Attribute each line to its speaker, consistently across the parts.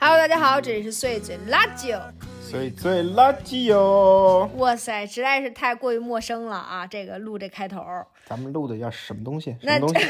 Speaker 1: Hello，大家好，这里是碎嘴辣酒。
Speaker 2: 所以最哦垃圾哟。
Speaker 1: 哇塞，实在是太过于陌生了啊！这个录这开头，
Speaker 2: 咱们录的要什么东西？什
Speaker 1: 那
Speaker 2: 么东 西？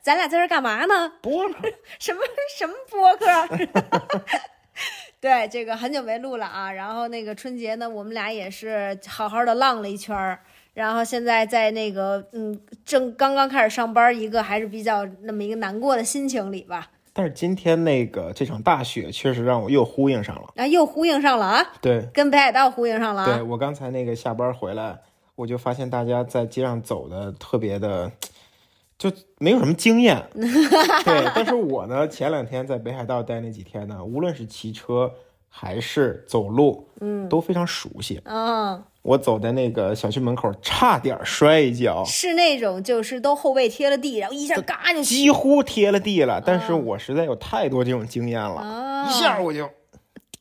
Speaker 1: 咱俩在这儿干嘛呢？
Speaker 2: 播了。
Speaker 1: 什么 什么播客？ 对，这个很久没录了啊。然后那个春节呢，我们俩也是好好的浪了一圈儿。然后现在在那个嗯，正刚刚开始上班，一个还是比较那么一个难过的心情里吧。
Speaker 2: 但是今天那个这场大雪确实让我又呼应上了。
Speaker 1: 然后又呼应上了啊，
Speaker 2: 对，
Speaker 1: 跟北海道呼应上了
Speaker 2: 对
Speaker 1: 啊。
Speaker 2: 我刚才那个下班回来，我就发现大家在街上走的特别的，就没有什么经 验。对，但是我呢，前两天在北海道待那几天呢，无论是骑车还是走路，嗯，都非常熟悉。
Speaker 1: 嗯，
Speaker 2: 我走在那个小区门口，差点摔一跤。
Speaker 1: 是那种就是都后背贴了地，然后一下嘎就
Speaker 2: 几乎贴了地
Speaker 1: 嗯
Speaker 2: 了，但是我实在有太多这种经验了，
Speaker 1: 啊
Speaker 2: 一下我就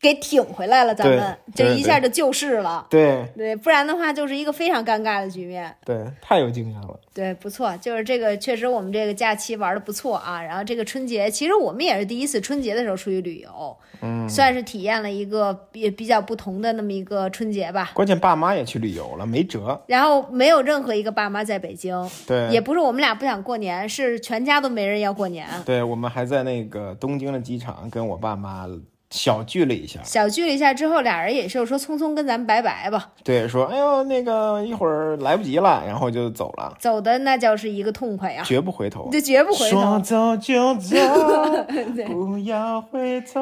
Speaker 1: 给挺回来了，咱们
Speaker 2: 对
Speaker 1: 就
Speaker 2: 对
Speaker 1: 一下就救市了。
Speaker 2: 对
Speaker 1: 对，不然的话就是一个非常尴尬的局面。
Speaker 2: 对太有经验了，
Speaker 1: 对，不错，就是这个，确实我们这个假期玩的不错啊。然后这个春节，其实我们也是第一次春节的时候出去旅游，嗯，算是体验了一个比比较不同的那么一个春节吧。
Speaker 2: 关键爸妈也去旅游了，没辙，
Speaker 1: 然后没有任何一个爸妈在北京，
Speaker 2: 对
Speaker 1: 也不是我们俩不想过年，是全家都没人要过年。
Speaker 2: 对，我们还在那个东京的机场跟我爸妈小聚了一下，
Speaker 1: 小聚了一下之后，俩人也是说匆匆跟咱们拜拜吧，
Speaker 2: 对，说哎呦那个一会儿来不及了，然后就走了，
Speaker 1: 走的那叫是一个痛快呀、
Speaker 2: 绝不回头，
Speaker 1: 就绝啊不回
Speaker 2: 说
Speaker 1: 头。
Speaker 2: 走 就走，不要回头，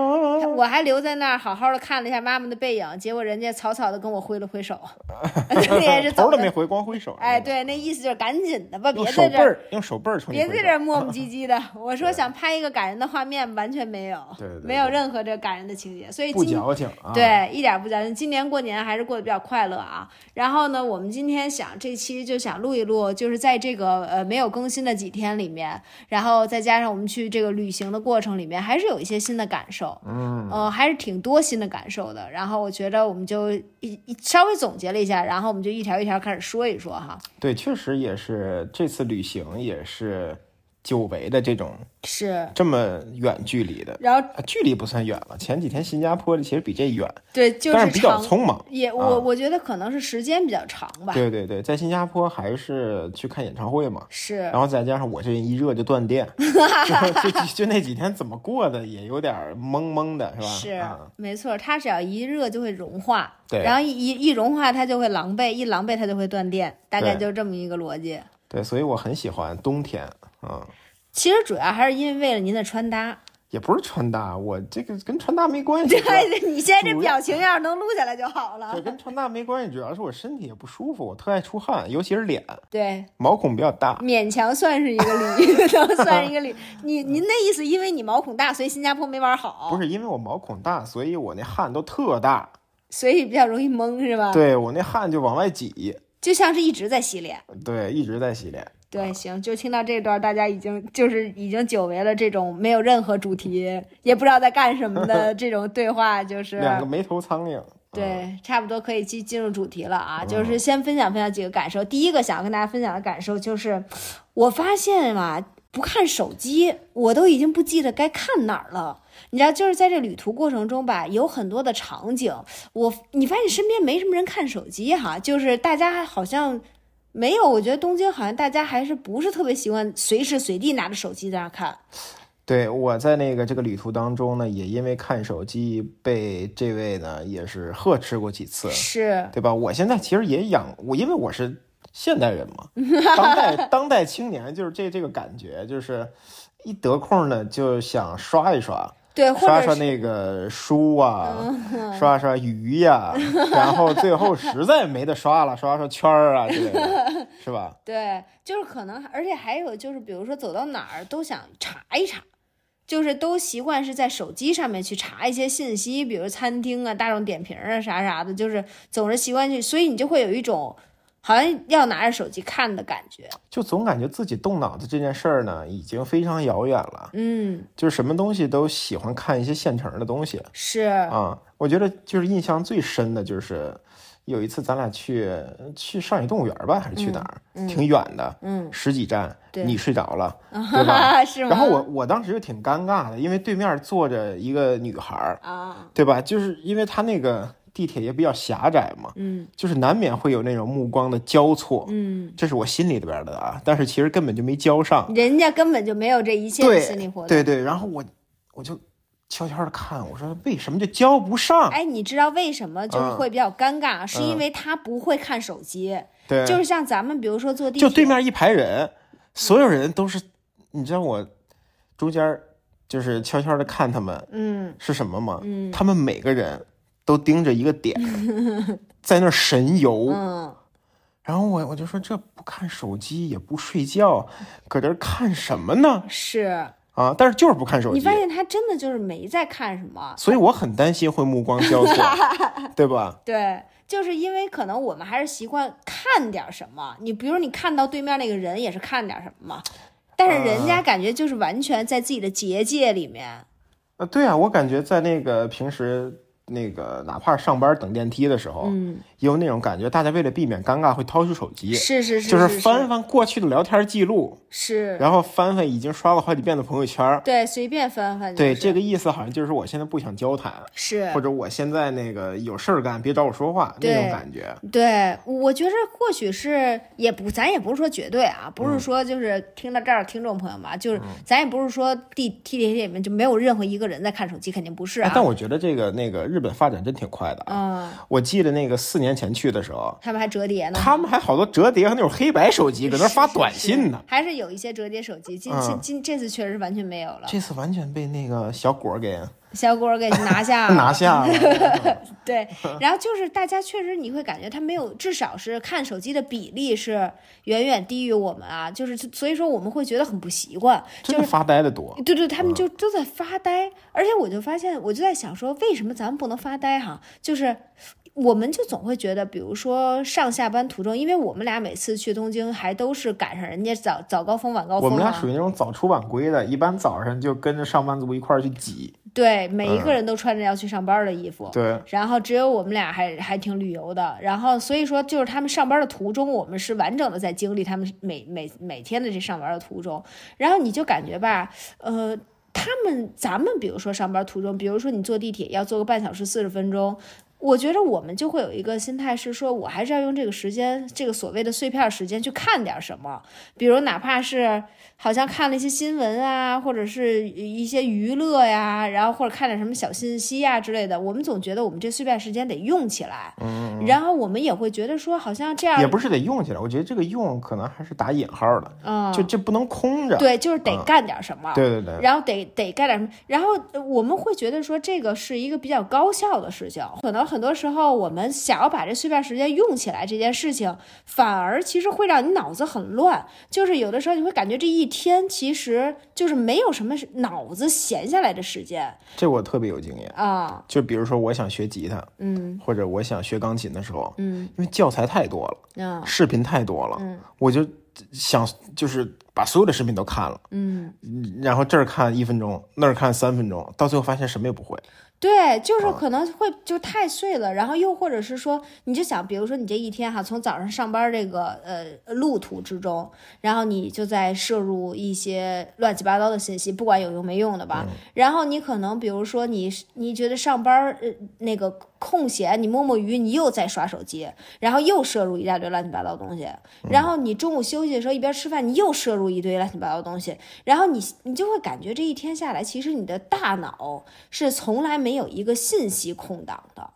Speaker 1: 我还留在那儿好好的看了一下妈妈的背影，结果人家草草的跟我挥了挥 手， 也是
Speaker 2: 头
Speaker 1: 走
Speaker 2: 都没
Speaker 1: 的。
Speaker 2: 回，光挥手，
Speaker 1: 哎，，对，那意思就是赶紧的吧，别
Speaker 2: 用
Speaker 1: 在
Speaker 2: 手
Speaker 1: 这
Speaker 2: 背
Speaker 1: 儿，
Speaker 2: 儿用手背儿冲你
Speaker 1: 别
Speaker 2: 挥
Speaker 1: 在
Speaker 2: 手
Speaker 1: 这。儿 磨磨唧唧的。我说想拍一个感人的画面，完全没有，
Speaker 2: 对对对
Speaker 1: 没有任何这感人的情节，所以
Speaker 2: 不
Speaker 1: 今
Speaker 2: 矫情啊！，
Speaker 1: 对，一点不矫情。今年过年还是过得比较快乐啊。然后呢，我们今天想这期就想录一录，就是在这个呃没有更新的几天里面，然后再加上我们去这个旅行的过程里面，还是有一些新的感受，嗯，呃，还是挺多新的感受的。然后我觉得我们就一一稍微总结了一下，然后我们就一条一条开始说一说哈。
Speaker 2: 对，确实也是这次旅行也是久违的这种
Speaker 1: 是，
Speaker 2: 这么远距离的，
Speaker 1: 然后
Speaker 2: 啊距离不算远了。前几天新加坡其实比这远，
Speaker 1: 对，就
Speaker 2: 但
Speaker 1: 是
Speaker 2: 是比较
Speaker 1: 长。
Speaker 2: 匆忙。
Speaker 1: 也我、我觉得可能是时间比较长吧，
Speaker 2: 对对对，在新加坡还是去看演唱会嘛，
Speaker 1: 是
Speaker 2: 然后再加上我这人一热就 断电，就就就那几天怎么过的也有点懵懵的，是吧？
Speaker 1: 是、
Speaker 2: 啊
Speaker 1: 没错，它只要一热就会融化，
Speaker 2: 对
Speaker 1: 然后一一一融化它就会狼狈，一狼狈它就会断电，大概
Speaker 2: 对
Speaker 1: 就是这么一个逻辑。
Speaker 2: 对，所以我很喜欢冬天，嗯，
Speaker 1: 其实主要还是因为为了您的穿搭，
Speaker 2: 也不是穿搭，我这个跟穿搭没关 系，主要
Speaker 1: 对，你现在这
Speaker 2: 主要
Speaker 1: 表情要是能录下来就好了
Speaker 2: 对，。跟穿搭没关系，主要是我身体也不舒服，我特爱出汗，尤其是脸，
Speaker 1: 对，
Speaker 2: 毛孔比较大。
Speaker 1: 勉强算是一个旅， 能算是一个旅。你您那意思，因为你毛孔大，所以新加坡没玩好
Speaker 2: 嗯不，是因为我毛孔大，所以我那汗都特大，
Speaker 1: 所以比较容易蒙是吧？，
Speaker 2: 对我那汗就往外挤，
Speaker 1: 就像是一直在洗脸。
Speaker 2: 对，一直在洗脸。
Speaker 1: 对，行，就听到这段，大家已经就是已经久违了这种没有任何主题，也不知道在干什么 的这种对话，就是啊
Speaker 2: 两个没头苍蝇。嗯
Speaker 1: 对，差不多可以进进入主题了啊。就是先分享分享几个感受，第一个想要跟大家分享的感受就是，我发现啊，不看手机，我都已经不记得该看哪儿了。你知道，就是在这旅途过程中吧，有很多的场景，我你发现身边没什么人看手机哈，就是大家好像没有，我觉得东京好像大家还是不是特别习惯随时随地拿着手机在那看。
Speaker 2: 对，我在那个这个旅途当中呢，也因为看手机被这位呢也是呵斥过几次，
Speaker 1: 是，
Speaker 2: 对吧？我现在其实也养我，因为我是现代人嘛，当代当代青年就是这这个感觉，就是一得空呢就想刷一刷，
Speaker 1: 对，或
Speaker 2: 刷
Speaker 1: 者
Speaker 2: 刷
Speaker 1: 是嗯
Speaker 2: 那个书啊，刷刷鱼呀、 然后最后实在没得刷了，刷刷圈 儿啊之类的，是吧？
Speaker 1: 对，就是可能，而且还有就是，比如说走到哪儿都想查一查，就是都习惯是在手机上面去查一些信息，比如餐厅啊、大众点评啊啥啥的，就是总是习惯去，所以你就会有一种好像要拿着手机看的感觉。
Speaker 2: 就总感觉自己动脑子这件事儿呢，已经非常遥远了。
Speaker 1: 嗯，
Speaker 2: 就是什么东西都喜欢看一些现成的东西啊
Speaker 1: 是
Speaker 2: 啊。我觉得就是印象最深的就是有一次咱俩去去上海动物园吧，还是去哪儿？
Speaker 1: 嗯嗯
Speaker 2: 挺远的，
Speaker 1: 嗯，
Speaker 2: 十几站，
Speaker 1: 对
Speaker 2: 你睡着 了，对吧？
Speaker 1: 是吗？
Speaker 2: 然后我我当时就挺尴尬的，因为对面坐着一个女孩儿，
Speaker 1: 啊，
Speaker 2: 对吧？就是因为她那个地铁也比较狭窄嘛，
Speaker 1: 嗯
Speaker 2: 就是难免会有那种目光的交错，
Speaker 1: 嗯，
Speaker 2: 这是我心里边的啊，但是其实根本就没交上。
Speaker 1: 人家根本就没有这一切的心理活动。
Speaker 2: 啊对对，然后我我就悄悄的看，我说为什么就交不上？
Speaker 1: 哎，你知道为什么就是
Speaker 2: 嗯
Speaker 1: 会比较尴尬？是因
Speaker 2: 嗯
Speaker 1: 为他不会看手机，
Speaker 2: 对，
Speaker 1: 就是像咱们比如说坐地铁，
Speaker 2: 就对面一排人，所有人都是，你知道我中间就是悄悄的看他们
Speaker 1: 嗯
Speaker 2: 是什么吗？
Speaker 1: 嗯
Speaker 2: 他们每个人都盯着一 个点，在那儿神游。
Speaker 1: 嗯，
Speaker 2: 然后我我就说这不看手机也不睡觉，搁这儿看什么呢？
Speaker 1: 是
Speaker 2: 啊，但是就是不看手
Speaker 1: 你
Speaker 2: 机
Speaker 1: 发，现他真的就是没在看什么。
Speaker 2: 所以我很担心会目光交 错，对吧？
Speaker 1: 对，就是因为可能我们还是习惯看点儿什么，你比如你看到对面那个人也是看点儿什么嘛，但是人家感觉就是完全在自己的结界里面，
Speaker 2: 啊，对啊，我感觉在那个平时那个哪怕上班等电梯的时候，
Speaker 1: 嗯，
Speaker 2: 也有那种感觉，大家为了避免尴尬会掏出手机，
Speaker 1: 是是是，
Speaker 2: 就是翻翻过去的聊天记录，
Speaker 1: 是，
Speaker 2: 然后翻翻已经刷了好几遍的朋友圈儿。
Speaker 1: 对，随便翻翻、就
Speaker 2: 对，
Speaker 1: 是，
Speaker 2: 这个意思好像就是我现在不想交谈，
Speaker 1: 是
Speaker 2: 或者我现在那个有事儿干，别找我说话那种
Speaker 1: 对
Speaker 2: 感觉。
Speaker 1: 对，我觉着或许是也不，咱也不是说绝对啊，不
Speaker 2: 嗯
Speaker 1: 是说就是听到这儿的听众朋友们啊，就是咱也不是说地地铁里面就没有任何一个人在看手机，肯定不是
Speaker 2: 哎
Speaker 1: 啊。
Speaker 2: 但我觉得这个那个日本发展真挺快的啊！
Speaker 1: 嗯，
Speaker 2: 我记得那个四年前去的时候，
Speaker 1: 他们还折叠呢，
Speaker 2: 他们还好多折叠和那种黑白手机搁那儿发短信呢。嗯
Speaker 1: 还嗯是有一些折叠手机，今今今这次确实完全没有了。
Speaker 2: 这次完全被那个小果儿给
Speaker 1: 小郭给拿 下了，
Speaker 2: 拿下了。
Speaker 1: 对，然后就是大家确实你会感觉他没有，至少是看手机的比例是远远低于我们啊，就是所以说我们会觉得很不习惯，
Speaker 2: 真的发呆的多。
Speaker 1: 对对，
Speaker 2: 嗯
Speaker 1: 他们就都在发呆，而且我就发现，我就在想说，为什么咱们不能发呆哈？就是我们就总会觉得，比如说上下班途中，因为我们俩每次去东京还都是赶上人家早早高峰、晚高
Speaker 2: 我
Speaker 1: 峰、啊，
Speaker 2: 们俩属于那种早出晚归的，一般早上就跟着上班族一块儿去挤。
Speaker 1: 对每一
Speaker 2: 嗯
Speaker 1: 个人都穿着要去上班的衣服。
Speaker 2: 对，
Speaker 1: 然后只有我们俩还还挺旅游的，然后所以说就是他们上班的途中，我们是完整的在经历他们每每每天的这上班的途中，然后你就感觉吧，呃。他们，咱们比如说上班途中，比如说你坐地铁要坐个半小时四十分钟，我觉得我们就会有一个心态是说，我还是要用这个时间，这个所谓的碎片时间去看点什么，比如哪怕是好像看了一些新闻啊，或者是一些娱乐呀，然后或者看点什么小信息呀之类的，我们总觉得我们这碎片时间得用起来，嗯，然后我们也会觉得说好像这
Speaker 2: 也
Speaker 1: 样，
Speaker 2: 不是得用起来，我觉得这个用可能还是打引号的，
Speaker 1: 嗯，
Speaker 2: 就这不能空着。
Speaker 1: 对，就是啊得
Speaker 2: 嗯
Speaker 1: 干点什么，
Speaker 2: 对对对
Speaker 1: 然后得得干点什么，然后呃我们会觉得说这个是一个比较高效的事情，可能很多时候我们想要把这碎片时间用起来这件事情，反而其实会让你脑子很乱，就是有的时候你会感觉这一天其实就是没有什么是脑子闲下来的时间
Speaker 2: 这我特别有经验。
Speaker 1: 啊，
Speaker 2: 就比如说我想学吉他，
Speaker 1: 嗯
Speaker 2: 或者我想学钢琴的时候，
Speaker 1: 嗯
Speaker 2: 因为教材太多了，
Speaker 1: 啊
Speaker 2: 视频太多了，
Speaker 1: 嗯
Speaker 2: 我就想就是把所有的视频都看了，
Speaker 1: 嗯，
Speaker 2: 然后这儿看一分钟，那儿看三分钟，到最后发现什么也不会。
Speaker 1: 对，就是可能会就太碎了，然后又或者是说，你就想，比如说你这一天哈，从早上上班这个呃路途之中，然后你就在摄入一些乱七八糟的信息，不管有用没用的吧。然后你可能比如说你你觉得上班呃那个空闲，你摸摸鱼，你又在刷手机，然后又摄入一大堆乱七八糟的东西。然后你中午休息的时候一边吃饭，你又摄入一堆乱七八糟的东西，然后你你就会感觉这一天下来，其实你的大脑是从来没有一个信息空档的，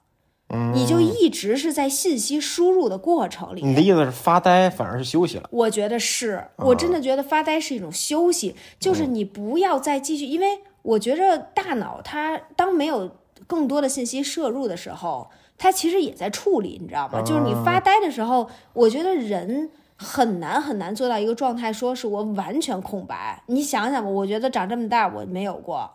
Speaker 1: 你就一直是在信息输入的过程里
Speaker 2: 你的意思是发呆反而是休息了？
Speaker 1: 我觉得是，我真的觉得发呆是一种休
Speaker 2: 啊
Speaker 1: 息，就是你不要再继续，因为我觉着大脑它当没有更多的信息摄入的时候，它其实也在处理，你知道吗？
Speaker 2: 啊
Speaker 1: 就是你发呆的时候，我觉得人。很难很难做到一个状态，说是我完全空白。你想想吧，我觉得长这么大我没有过，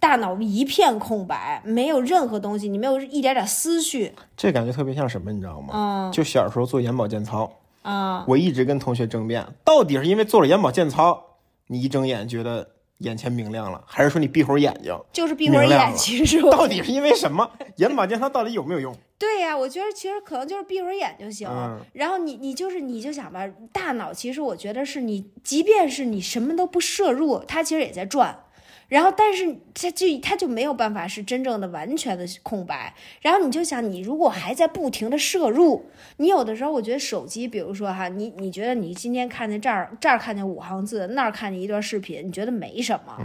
Speaker 1: 大脑一片空白，没有任何东西，你没有一点点思绪
Speaker 2: 这感觉特别像什么，你知道吗？
Speaker 1: 嗯
Speaker 2: 就小时候做眼保健操，
Speaker 1: 啊、
Speaker 2: 我一直跟同学争辩，到底是因为做了眼保健操，你一睁眼觉得眼前明亮了，还是说你闭会儿眼睛？
Speaker 1: 就是闭会儿
Speaker 2: 明亮
Speaker 1: 眼，
Speaker 2: 了
Speaker 1: 其实我
Speaker 2: 到底是因为什么？眼保健操到底有没有用？
Speaker 1: 对呀、我觉得其实可能就是闭会儿眼就行。
Speaker 2: 嗯
Speaker 1: 然后你你就是你就想吧，大脑其实我觉得是你，即便是你什么都不摄入，它其实也在转。然后，但是它就它就没有办法是真正的完全的空白。然后你就想，你如果还在不停的摄入，你有的时候我觉得手机，比如说哈，你你觉得你今天看见这儿这儿看见五行字，那儿看见一段视频，你觉得没什么，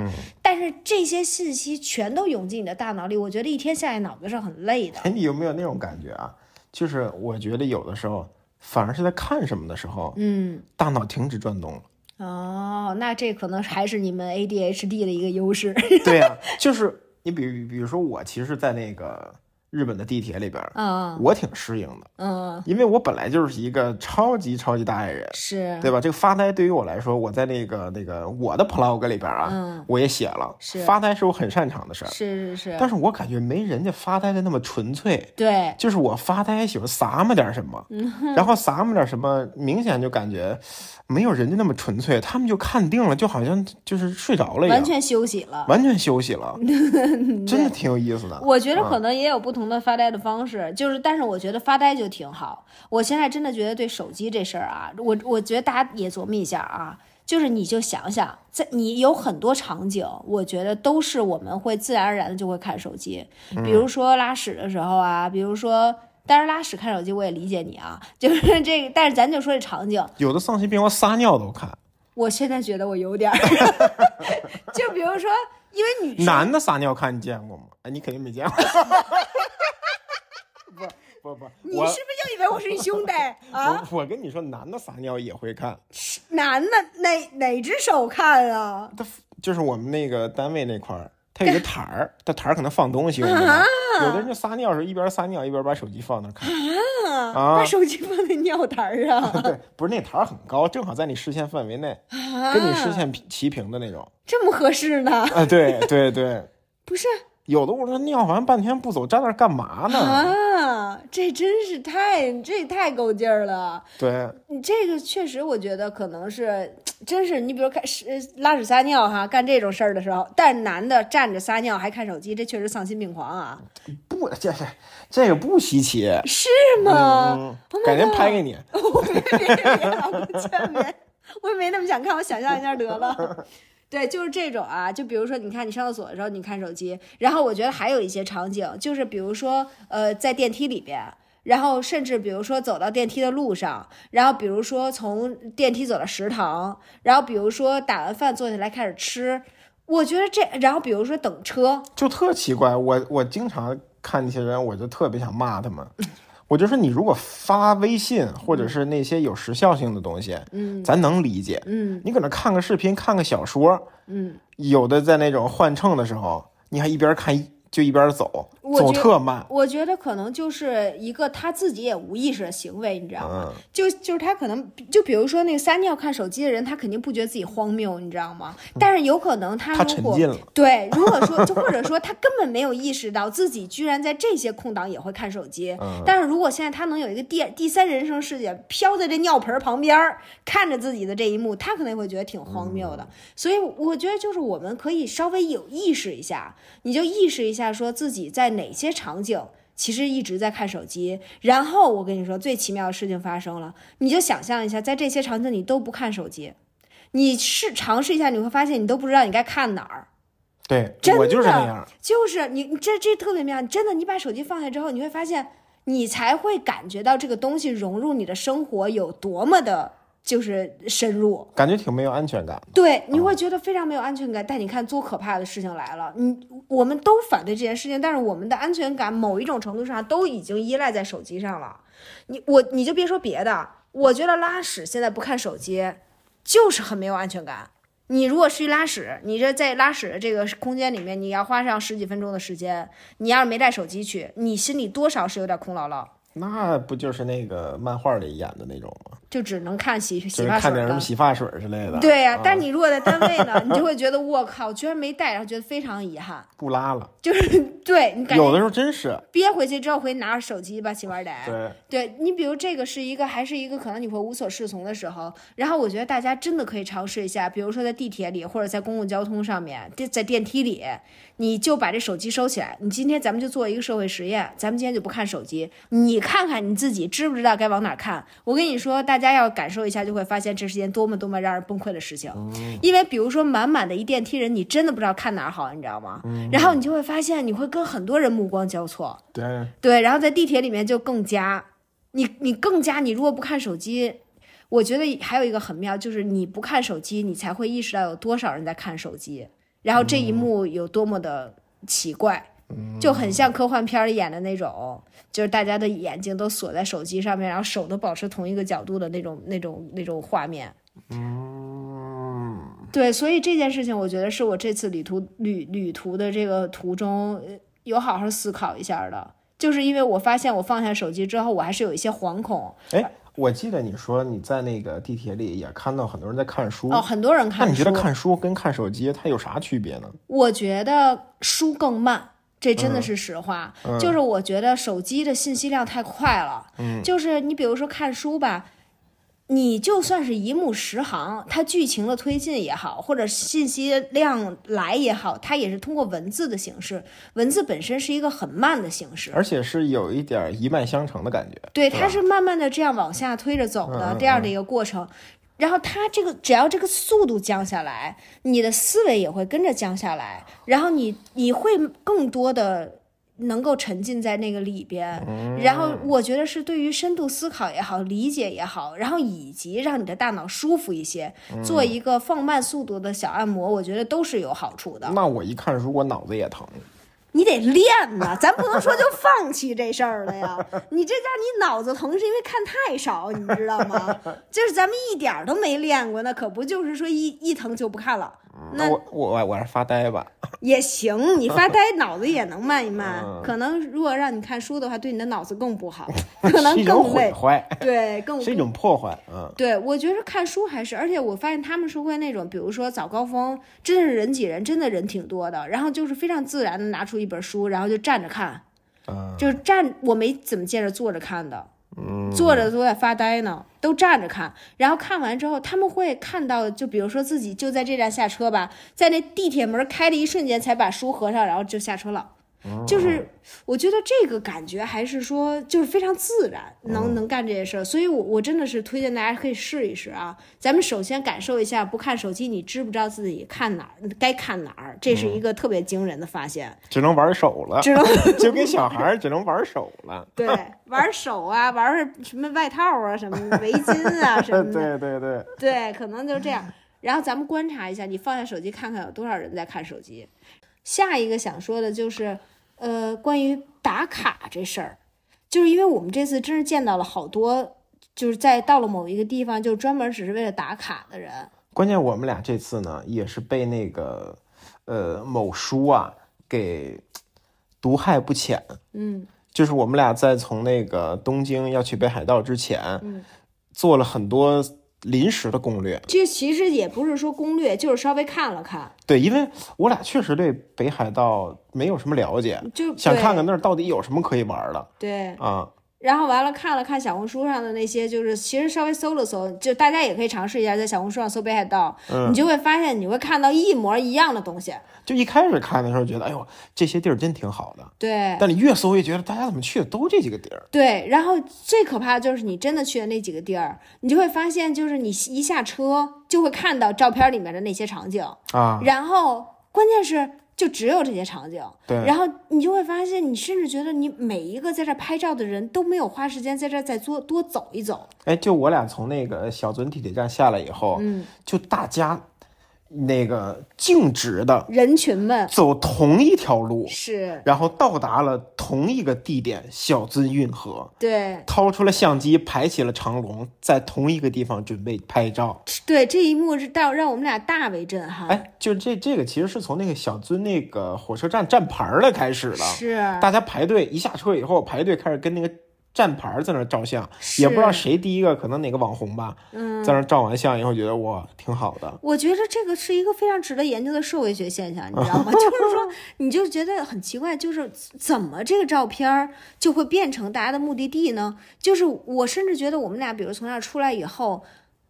Speaker 1: 但是这些信息全都涌进你的大脑里，我觉得一天下来脑子是很累的。
Speaker 2: 哎，你有没有那种感觉啊？就是我觉得有的时候，反而是在看什么的时候，
Speaker 1: 嗯，
Speaker 2: 大脑停止转动了。
Speaker 1: 哦，那这可能还是你们 ADHD 的一个优势。
Speaker 2: 对呀、就是你比比比如说我，其实，在那个日本的地铁里边儿，
Speaker 1: 嗯
Speaker 2: 我挺适应的，
Speaker 1: 嗯，
Speaker 2: 因为我本来就是一个超级超级大爱人，
Speaker 1: 是，
Speaker 2: 对吧？这个发呆对于我来说，我在那个那个我的 plog 里边儿啊，
Speaker 1: 嗯
Speaker 2: 我也写了，
Speaker 1: 是
Speaker 2: 发呆是我很擅长的事儿，
Speaker 1: 是是是，
Speaker 2: 但是我感觉没人家发呆的那么纯粹。
Speaker 1: 对，
Speaker 2: 就是我发呆喜欢撒么点儿什么，
Speaker 1: 嗯
Speaker 2: 然后撒么点儿什么，明显就感觉没有人家那么纯粹，他们就看定了，就好像就是睡着了一样，
Speaker 1: 完全休息了。
Speaker 2: 完全休 息了，真的挺有意思的。
Speaker 1: 我觉得可能也有不同的发呆的方式，就是，但是我觉得发呆就挺好。我现在真的觉得对手机这事儿啊，我我觉得大家也琢磨一下啊，就是你就想想，在你有很多场景，我觉得都是我们会自然而然的就会看手机，比如说拉屎的时候啊，比如说。当然，拉屎看手机我也理解你啊， 就是这个，但是咱就说这场景，
Speaker 2: 有的丧心病狂撒尿都看，
Speaker 1: 我现在觉得我有点儿， 就比如说，因为女生
Speaker 2: 男的撒尿看你见过吗？哎，你肯定没见过。 不不
Speaker 1: 你是
Speaker 2: 不，
Speaker 1: 不
Speaker 2: 我
Speaker 1: 是就以为我是你兄弟啊？
Speaker 2: 我我跟你说，男的撒尿也会看，
Speaker 1: 男的哪哪只手看啊？
Speaker 2: 他就是我们那个单位那块儿，他 有个台儿，他台儿可能放东西，我们拿有的人就撒尿的时候一边撒尿一边把手机放那儿看。
Speaker 1: 啊，
Speaker 2: 啊
Speaker 1: 把手机放在尿台儿上，
Speaker 2: 对，不是那台儿很高，正好在你视线范围内，
Speaker 1: 啊
Speaker 2: 跟你视线齐平的那种。
Speaker 1: 这么合适呢？
Speaker 2: 啊，对对对，
Speaker 1: 不是
Speaker 2: 有的我说尿好像半天不走，站那儿干嘛呢？
Speaker 1: 啊，这真是太这也太够劲儿了。
Speaker 2: 对，
Speaker 1: 你这个确实，我觉得可能是，真是你比如看是拉屎撒尿哈，干这种事儿的时候，但是男的站着撒尿还看手机，这确实丧心病狂啊，
Speaker 2: 不，这这这个不稀奇。
Speaker 1: 是吗？
Speaker 2: 嗯，改天拍给你。
Speaker 1: 我别别别别老不劝别，我也没那么想看，我想象一下得了。 对，就是这种啊，就比如说，你看你上厕所的时候，你看手机，然后我觉得还有一些场景，就是比如说，呃，在电梯里边，然后甚至比如说走到电梯的路上，然后比如说从电梯走到食堂，然后比如说打完饭坐下来开始吃，我觉得这，然后比如说等车，
Speaker 2: 就特奇怪，我我经常看那些人，我就特别想骂他们。我就说你如果发微信或者是那些有时效性的东西，嗯，咱能理解。
Speaker 1: 嗯
Speaker 2: 你搁那看个视频、看个小说，
Speaker 1: 嗯，
Speaker 2: 有的在那种换乘的时候，你还一边看一就一边走，
Speaker 1: 我
Speaker 2: 走
Speaker 1: 觉
Speaker 2: 特慢。
Speaker 1: 我觉得可能就是一个他自己也无意识的行为，你知道
Speaker 2: 嗯
Speaker 1: 吗？就就是他可能就比如说那个撒尿看手机的人，他肯定不觉得自己荒谬，你知道吗？但是有可能他
Speaker 2: 他
Speaker 1: 如
Speaker 2: 沉
Speaker 1: 果
Speaker 2: 浸了
Speaker 1: 对，如果说就或者说他根本没有意识到自己居然在这些空档也会看手机，但是如果现在他能有一个第第三人称视角飘在这尿盆儿旁边儿看着自己的这一幕，他可能也会觉得挺荒谬的。所以我觉得就是我们可以稍微有意识一下，你就意识一下说自己在哪些场景。其实一直在看手机，然后我跟你说最奇妙的事情发生了，你就想象一下，在这些场景你都不看手机，你试尝试一下，你会发现你都不知道你该看哪儿，
Speaker 2: 对
Speaker 1: 真，的
Speaker 2: 我就是那样。
Speaker 1: 就是你，你这这特别妙，真的，你把手机放下之后，你会发现，你才会感觉到这个东西融入你的生活有多么的，就是深入。
Speaker 2: 感觉挺没有安全感。
Speaker 1: 对，你会觉得非常没有安全感。但你看，多可怕的事情来了！你我们都反对这件事情，但是我们的安全感某一种程度上都已经依赖在手机上了。你我你就别说别的，我觉得拉屎现在不看手机，就是很没有安全感。你如果去拉屎，你这在拉屎的这个空间里面，你要花上十几分钟的时间，你要是没带手机去，你心里多少是有点空落落。
Speaker 2: 那不就是那个漫画里演的那种吗？
Speaker 1: 就只能看洗
Speaker 2: 就
Speaker 1: 洗
Speaker 2: 是
Speaker 1: 发水
Speaker 2: 看点什么
Speaker 1: 了。
Speaker 2: 洗发水之类的。
Speaker 1: 对呀、
Speaker 2: 啊
Speaker 1: 但你如果在单位 呢，你就会觉得我靠，居然没带，然后觉得非常遗憾，
Speaker 2: 不拉了，
Speaker 1: 就是对你感
Speaker 2: 有
Speaker 1: 觉
Speaker 2: 的时候真是
Speaker 1: 憋回去之后，回拿着手机把洗发水。
Speaker 2: 对。
Speaker 1: 对你，比如这个是一个，还是一个可能你会无所适从的时候，然后我觉得大家真的可以尝试一下，比如说在地铁里，或者在公共交通上面，电在电梯里，你就把这手机收起来。你今天咱们就做一个社会实验，咱们今天就不看手机，你看看你自己知不知道该往哪儿看。我跟你说，大家要感受一下，就会发现这是件多么多么让人崩溃的事情。因为比如说满满的一电梯人，你真的不知道看哪儿好，你知道吗？然后你就会发现，你会跟很多人目光交错。
Speaker 2: 对，
Speaker 1: 对，然后在地铁里面就更加，你你更加，你如果不看手机，我觉得还有一个很妙，就是你不看手机，你才会意识到有多少人在看手机，然后这一幕有多么的奇怪，就很像科幻片儿里演的那种，就是大家的眼睛都锁在手机上面，然后手都保持同一个角度的那种那种那种画面。对，所以这件事情，我觉得是我这次旅途旅旅途的这个途中呃有好好思考一下的，就是因为我发现我放下手机之后，我还是有一些惶恐。
Speaker 2: 哎，我记得你说你在那个地铁里也看到很多人在看书，
Speaker 1: 哦，很多人
Speaker 2: 那
Speaker 1: 看
Speaker 2: 你觉
Speaker 1: 书，嗯
Speaker 2: 得看书跟看手机它有啥区别呢？
Speaker 1: 我觉得书更慢。这真
Speaker 2: 嗯
Speaker 1: 的是实话，就是我觉得手机的信息量太快了。
Speaker 2: 嗯
Speaker 1: 就是你比如说看书吧，你就算是一目十行，它剧情的推进也好，或者信息量来也好，它也是通过文字的形式。文字本身是一个很慢的形式，
Speaker 2: 而且是有一点一脉相承的感觉。
Speaker 1: 对，
Speaker 2: 是
Speaker 1: 它
Speaker 2: 吧
Speaker 1: 是慢慢的这样往下推着走的
Speaker 2: 嗯嗯
Speaker 1: 这样的一个过程。然后它这个只要这个速度降下来，你的思维也会跟着降下
Speaker 2: 啊
Speaker 1: 来，然后你你会更多的能够沉浸在那个里边。
Speaker 2: 嗯
Speaker 1: 然后我觉得是对于深度思考也好，理解也好，然后以及让你的大脑舒服一些，
Speaker 2: 嗯
Speaker 1: 做一个放慢速度的小按摩，我觉得都是有好处的。
Speaker 2: 那我一看书，我脑子也疼。
Speaker 1: 你得练呐，咱不能说就放弃这事儿了呀。你这家你脑子疼是因为看太少，你知道吗？就是咱们一点儿都没练过，那可不就是说一一疼就不看了，那
Speaker 2: 嗯我我我还是发呆吧。
Speaker 1: 也行。 你发呆脑子也能慢一
Speaker 2: 嗯
Speaker 1: 慢，可能如果让你看书的话，对你的脑子更不好，可
Speaker 2: 是
Speaker 1: 能
Speaker 2: 一种
Speaker 1: 更
Speaker 2: 毁
Speaker 1: 累，
Speaker 2: 坏，
Speaker 1: 对，更
Speaker 2: 是一种破坏。嗯，
Speaker 1: 对，我觉得看书还是，而且我发现他们是会那种，比如说早高峰，真的是人挤人，真的人挺多的，然后就是非常自然的拿出一本书，然后就站着看，
Speaker 2: 啊
Speaker 1: 就是站，我没怎么见着坐着看的，坐着都在发呆呢，都站着看，然后看完之后，他们会看到，就比如说自己就在这站下车吧，在那地铁门开的一瞬间才把书合上，然后就下车了。就是我觉得这个感觉还是说就是非常自然，能能干这些事儿，所以我我真的是推荐大家可以试一试啊。咱们首先感受一下，不看手机，你知不知道自己看哪儿，该看哪儿？这是一个特别惊人的发现。
Speaker 2: 只能玩手了，
Speaker 1: 只能
Speaker 2: 就跟小孩儿只能玩手了。
Speaker 1: 对，玩手啊，玩儿什么外套啊，什么围巾啊，什么的，
Speaker 2: 对对对，
Speaker 1: 对，可能就这样。然后咱们观察一下，你放下手机，看看有多少人在看手机。下一个想说的就是，呃，关于打卡这事儿，就是因为我们这次真是见到了好多，就是在到了某一个地方，就专门只是为了打卡的人。
Speaker 2: 关键我们俩这次呢，也是被那个呃某书啊给毒害不浅。
Speaker 1: 嗯，
Speaker 2: 就是我们俩在从那个东京要去北海道之前，
Speaker 1: 嗯
Speaker 2: 做了很多临时的攻略。
Speaker 1: 这其实也不是说攻略，就是稍微看了看，
Speaker 2: 对，因为我俩确实对北海道没有什么了解，
Speaker 1: 就
Speaker 2: 想
Speaker 1: 对
Speaker 2: 看看那儿到底有什么可以玩的
Speaker 1: 对。
Speaker 2: 啊。
Speaker 1: 然后完了看了看小红书上的那些，就是其实稍微搜了搜，就大家也可以尝试一下，在小红书上搜北海道，
Speaker 2: 嗯
Speaker 1: 你就会发现你会看到一模一样的东西。
Speaker 2: 就一开始看的时候觉得，哎呦，这些地儿真挺好的。
Speaker 1: 对
Speaker 2: 但你越搜越觉得，大家怎么去的都这几个地儿？
Speaker 1: 对，然后最可怕的就是你真的去的那几个地儿，你就会发现，就是你一下车就会看到照片里面的那些场景，
Speaker 2: 啊，
Speaker 1: 然后关键是就只有这些场景。
Speaker 2: 对
Speaker 1: 然后你就会发现，你甚至觉得你每一个在这儿拍照的人都没有花时间在这儿再多多走一走。
Speaker 2: 哎，就我俩从那个小樽地铁站下来以后，
Speaker 1: 嗯，
Speaker 2: 就大家那个径直的
Speaker 1: 人群们
Speaker 2: 走同一条路，
Speaker 1: 是
Speaker 2: 然后到达了同一个地点小樽运河，
Speaker 1: 对，
Speaker 2: 掏出了相机排起了长龙，在同一个地方准备拍照。
Speaker 1: 对这一幕是到让我们俩大为震撼，
Speaker 2: 哎，就这这个其实是从那个小樽那个火车站站牌儿的开始的，
Speaker 1: 是
Speaker 2: 大家排队一下车以后排队开始跟那个站牌儿在那儿照相，
Speaker 1: 是
Speaker 2: 也不知道谁第一个，可能哪个网红吧，
Speaker 1: 嗯，
Speaker 2: 在那儿照完相以后觉得哇挺好的，
Speaker 1: 我觉得这个是一个非常值得研究的社会学现象，你知道 吗？就是说，你就觉得很奇怪，就是怎么这个照片儿就会变成大家的目的地呢？就是我甚至觉得我们俩，比如从那儿出来以后。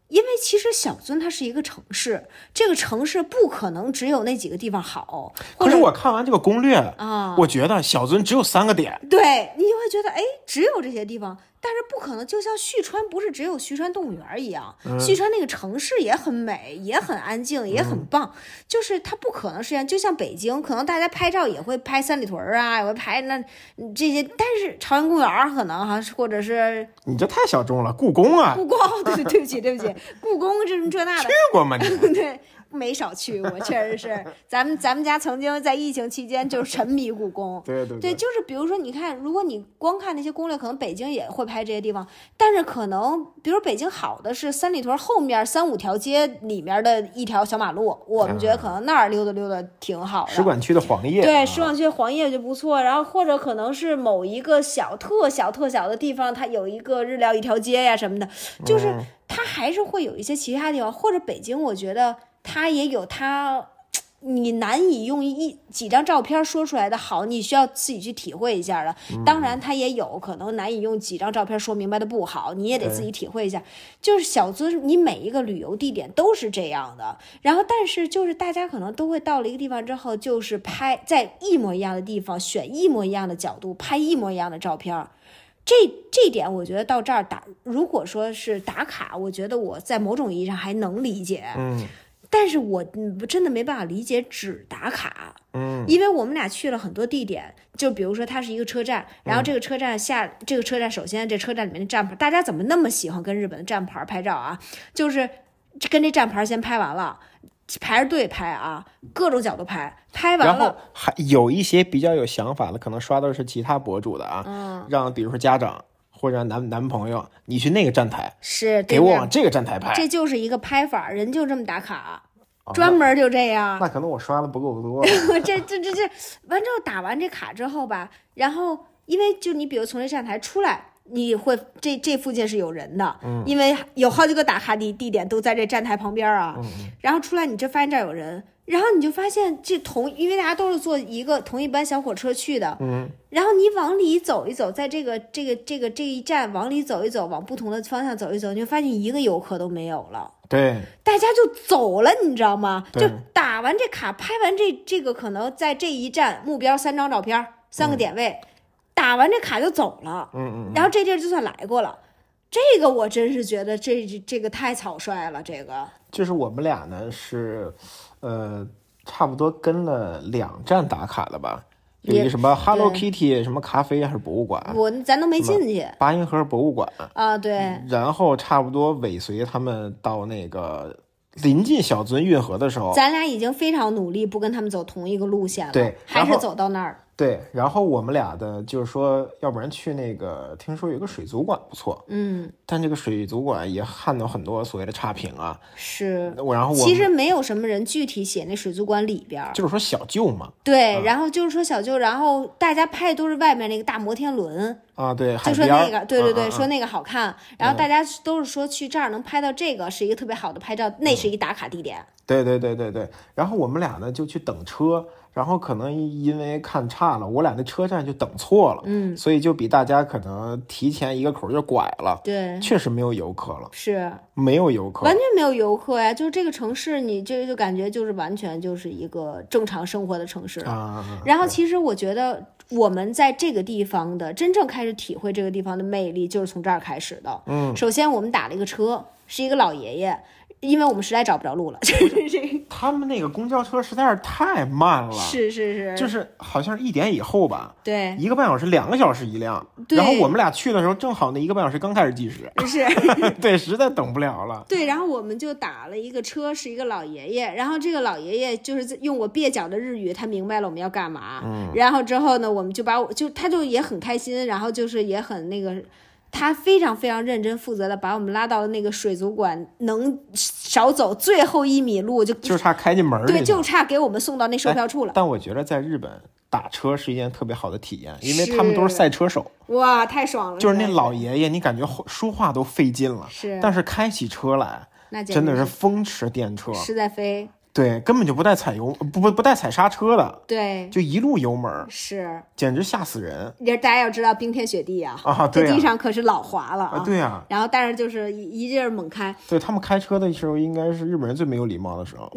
Speaker 1: 因为其实小樽它是一个城市，这个城市不可能只有那几个地方好。或
Speaker 2: 可是
Speaker 1: 者
Speaker 2: 我看完这个攻略，
Speaker 1: 啊，
Speaker 2: 我觉得小樽只有三个点，
Speaker 1: 对，你会觉得哎，只有这些地方，但是不可能。就像旭川不是只有旭川动物园儿一样，旭川那个城市也很美，也很安静，也很棒。就是它不可能实现。就像北京，可能大家拍照也会拍三里屯儿啊，也会拍那嗯这些，但是朝阳公园儿可能哈，或者是
Speaker 2: 你这太小众了，故宫啊，
Speaker 1: 故宫， 对对不起对不起，故宫这这那的
Speaker 2: 去，过吗你？
Speaker 1: 对，没少去过，确实是。咱们咱们家曾经在疫情期间就是沉迷故宫。
Speaker 2: 对对
Speaker 1: 对，，就是比如说，你看，如果你光看那些攻略，可能北京也会拍这些地方，但是可能，比如北京好的是三里屯后面三五条街里面的一条小马路，我们觉得可能那儿溜达溜达挺好的。
Speaker 2: 使馆区的黄啊页，
Speaker 1: 对，使馆区的黄叶就不错，然后或者可能是某一个小特小特小的地方，它有一个日料一条街呀、什么的，就是
Speaker 2: 嗯
Speaker 1: 它还是会有一些其他地方，或者北京，我觉得它也有它。你难以用一几张照片说出来的好，你需要自己去体会一下了。当然，它也有可能难以用几张照片说明白的不好，你也得自己体会一下。就是小樽，你每一个旅游地点都是这样的。然后，但是就是大家可能都会到了一个地方之后，就是拍在一模一样的地方，选一模一样的角度，拍一模一样的照片儿。这这点，我觉得到这儿打，如果说是打卡，我觉得我在某种意义上还能理解。
Speaker 2: 嗯
Speaker 1: 但是我嗯真的没办法理解只打卡，
Speaker 2: 嗯，
Speaker 1: 因为我们俩去了很多地点，就比如说它是一个车
Speaker 2: 嗯
Speaker 1: 站，然后这个车站下、这个车站，首先这车站里面的站牌，大家怎么那么喜欢跟日本的站牌拍照啊？就是跟这站牌先拍完了，排着队拍啊，各种角度拍，拍完
Speaker 2: 然后
Speaker 1: 了，
Speaker 2: 还有一些比较有想法的，可能刷到的是其他博主的啊，
Speaker 1: 嗯，
Speaker 2: 让比如说家长或者男男朋友，你去那个站台，
Speaker 1: 是
Speaker 2: 给
Speaker 1: 对
Speaker 2: 我
Speaker 1: 面
Speaker 2: 往这个站台拍。
Speaker 1: 这就是一个拍法，人就这么打卡，
Speaker 2: 哦
Speaker 1: 专门就这样。
Speaker 2: 那可能我刷的不够多，
Speaker 1: 这这这这，完之后打完这卡之后吧，然后因为就你比如从这站台出来，你会这这附近是有人的，因为有好几个打卡地地点都在这站台旁边啊。然后出来你就发现这儿有人，然后你就发现这同，因为大家都是坐一个同一班小火车去的，
Speaker 2: 嗯，
Speaker 1: 然后你往里走一走，在这个这个这个这一站往里走一走，往不同的方向走一走，你就发现一个游客都没有了。
Speaker 2: 对，
Speaker 1: 大家就走了，你知道吗？
Speaker 2: 对
Speaker 1: 就打完这卡，拍完这这个，可能在这一站目标三张照片，三个点位，打完这卡就走了。
Speaker 2: 嗯嗯，
Speaker 1: 然后这地儿就算来过了，这个我真是觉得这这这个太草率了，这个
Speaker 2: 就是我们俩呢是，呃，差不多跟了两站打卡的吧，有一
Speaker 1: 也
Speaker 2: 个什么 Hello
Speaker 1: 对
Speaker 2: Kitty 什么咖啡还是博物馆，
Speaker 1: 我咱都没进去
Speaker 2: 八音盒博物馆，
Speaker 1: 啊。对，
Speaker 2: 然后差不多尾随他们到那个临近小樽运河的时候，
Speaker 1: 咱俩已经非常努力不跟他们走同一个路线了，
Speaker 2: 对
Speaker 1: 还
Speaker 2: 然
Speaker 1: 是
Speaker 2: 后
Speaker 1: 走到那儿。
Speaker 2: 对，然后我们俩的就是说，要不然去那个，听说有个水族馆不错，
Speaker 1: 嗯，
Speaker 2: 但这个水族馆也看到很多所谓的差评啊。
Speaker 1: 是。
Speaker 2: 我然后我
Speaker 1: 其
Speaker 2: 们
Speaker 1: 实没有什么人具体写那水族馆里边儿，
Speaker 2: 就是说小舅嘛，
Speaker 1: 对，然后就是说小舅，然后大家拍的都是外面那个大摩天轮，
Speaker 2: 啊，对，海
Speaker 1: 就说
Speaker 2: 边儿
Speaker 1: 那个，对对对，
Speaker 2: 啊啊
Speaker 1: 说那个好看，然后大家都是说去这儿能拍到这个是一个特别好的拍照，那是一打卡地点。
Speaker 2: 对对对对对。然后我们俩呢就去等车，然后可能因为看差了，我俩那车站就等错了，
Speaker 1: 嗯，
Speaker 2: 所以就比大家可能提前一个口儿就拐了，
Speaker 1: 对，
Speaker 2: 确实没有游客了，
Speaker 1: 是
Speaker 2: 没有游客
Speaker 1: 完。全没有游客呀，就是这个城市，你这个就感觉就是完全就是一个正常生活的城市。
Speaker 2: 啊，
Speaker 1: 然后其实我觉得我们在这个地方的真正开始体会这个地方的魅力，就是从这儿开始的。嗯，首先我们打了一个车，是一个老爷爷。因为我们实在找不着路了，就是这个
Speaker 2: 他们那个公交车实在是太慢了，
Speaker 1: 是是是，
Speaker 2: 就是好像是一点以后吧，
Speaker 1: 对，
Speaker 2: 一个半小时、两个小时一辆。
Speaker 1: 对
Speaker 2: 然后我们俩去的时候，正好那一个半小时刚开始计时，
Speaker 1: 是
Speaker 2: 对，实在等不了了。
Speaker 1: 对。然后我们就打了一个车，是一个老爷爷。然后这个老爷爷就是在用我蹩脚的日语，他明白了我们要干嘛。
Speaker 2: 嗯
Speaker 1: 然后之后呢，我们就把我就他就也很开心，然后就是也很那个。他非常非常认真负责的把我们拉到了那个水族馆，能少走最后一米路就
Speaker 2: 就差开进门儿哎
Speaker 1: 对，
Speaker 2: 里了。
Speaker 1: 就差给我们送到那售票处了。
Speaker 2: 但我觉得在日本打车是一件特别好的体验，因为他们都是赛车手，
Speaker 1: 哇，太爽了！
Speaker 2: 就是那老爷爷，你感觉后说话都费劲了，
Speaker 1: 是
Speaker 2: 但是开起车来
Speaker 1: 那简
Speaker 2: 真的
Speaker 1: 直
Speaker 2: 是风驰电掣，
Speaker 1: 是在飞，
Speaker 2: 对，根本就不带踩油，不不不带踩刹车的，
Speaker 1: 对，
Speaker 2: 就一路油门儿，
Speaker 1: 是。
Speaker 2: 简直吓死人
Speaker 1: 也大家要知道，冰天雪地啊，
Speaker 2: 啊！
Speaker 1: 这
Speaker 2: 对
Speaker 1: 地
Speaker 2: 呀、
Speaker 1: 上可是老滑了
Speaker 2: 啊，
Speaker 1: 啊。
Speaker 2: 对呀、
Speaker 1: 然后，但是就是一一劲儿猛 开，
Speaker 2: 对他们开车的时候，应该是日本人最没有礼貌的 时候，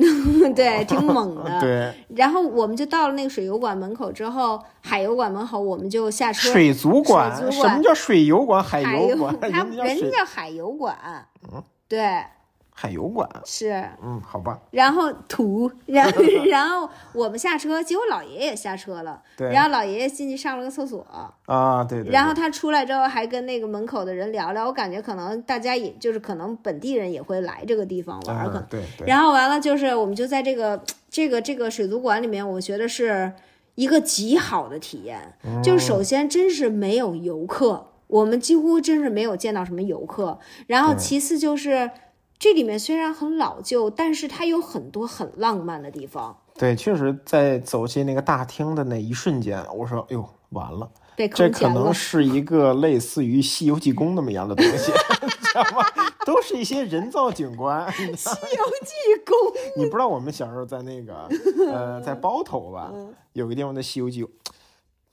Speaker 1: 对，挺猛的。
Speaker 2: 哦对，
Speaker 1: 然后我们就到了那个水游馆门口之后，海游馆门口，我们就下车。
Speaker 2: 水族馆，
Speaker 1: 水族
Speaker 2: 什
Speaker 1: 馆
Speaker 2: 么叫水游馆、海
Speaker 1: 海
Speaker 2: 游馆？
Speaker 1: 他
Speaker 2: 人家叫
Speaker 1: 人家
Speaker 2: 水嗯
Speaker 1: 叫海游馆，对，
Speaker 2: 海游馆，
Speaker 1: 是。
Speaker 2: 嗯，好吧，
Speaker 1: 然后土，然 后然后我们下车，结果老爷爷下车了，
Speaker 2: 对
Speaker 1: 然后老爷爷进去上了个厕所，
Speaker 2: 啊，对对对，
Speaker 1: 然后他出来之后还跟那个门口的人聊聊，我感觉可能大家也就是可能本地人也会来这个地方玩儿，可能
Speaker 2: 嗯，对对，
Speaker 1: 然后完了就是，我们就在这个这个这个水族馆里面，我觉得是一个极好的体验。就是
Speaker 2: 哦
Speaker 1: 首先真是没有游客，我们几乎真是没有见到什么游客。然后
Speaker 2: 对
Speaker 1: 其次就是这里面虽然很老旧，但是它有很多很浪漫的地方。
Speaker 2: 对，确实在走进那个大厅的那一瞬间，我说，哎呦，完了，
Speaker 1: 被
Speaker 2: 这
Speaker 1: 坑
Speaker 2: 可
Speaker 1: 钱
Speaker 2: 能
Speaker 1: 了，
Speaker 2: 是一个类似于《西游记》宫那么样的东西， 知道吗？都是一些人造景观。
Speaker 1: 《西游记》宫
Speaker 2: 你不知道我们小时候在那个呃，在包头吧，有个地方叫西游记，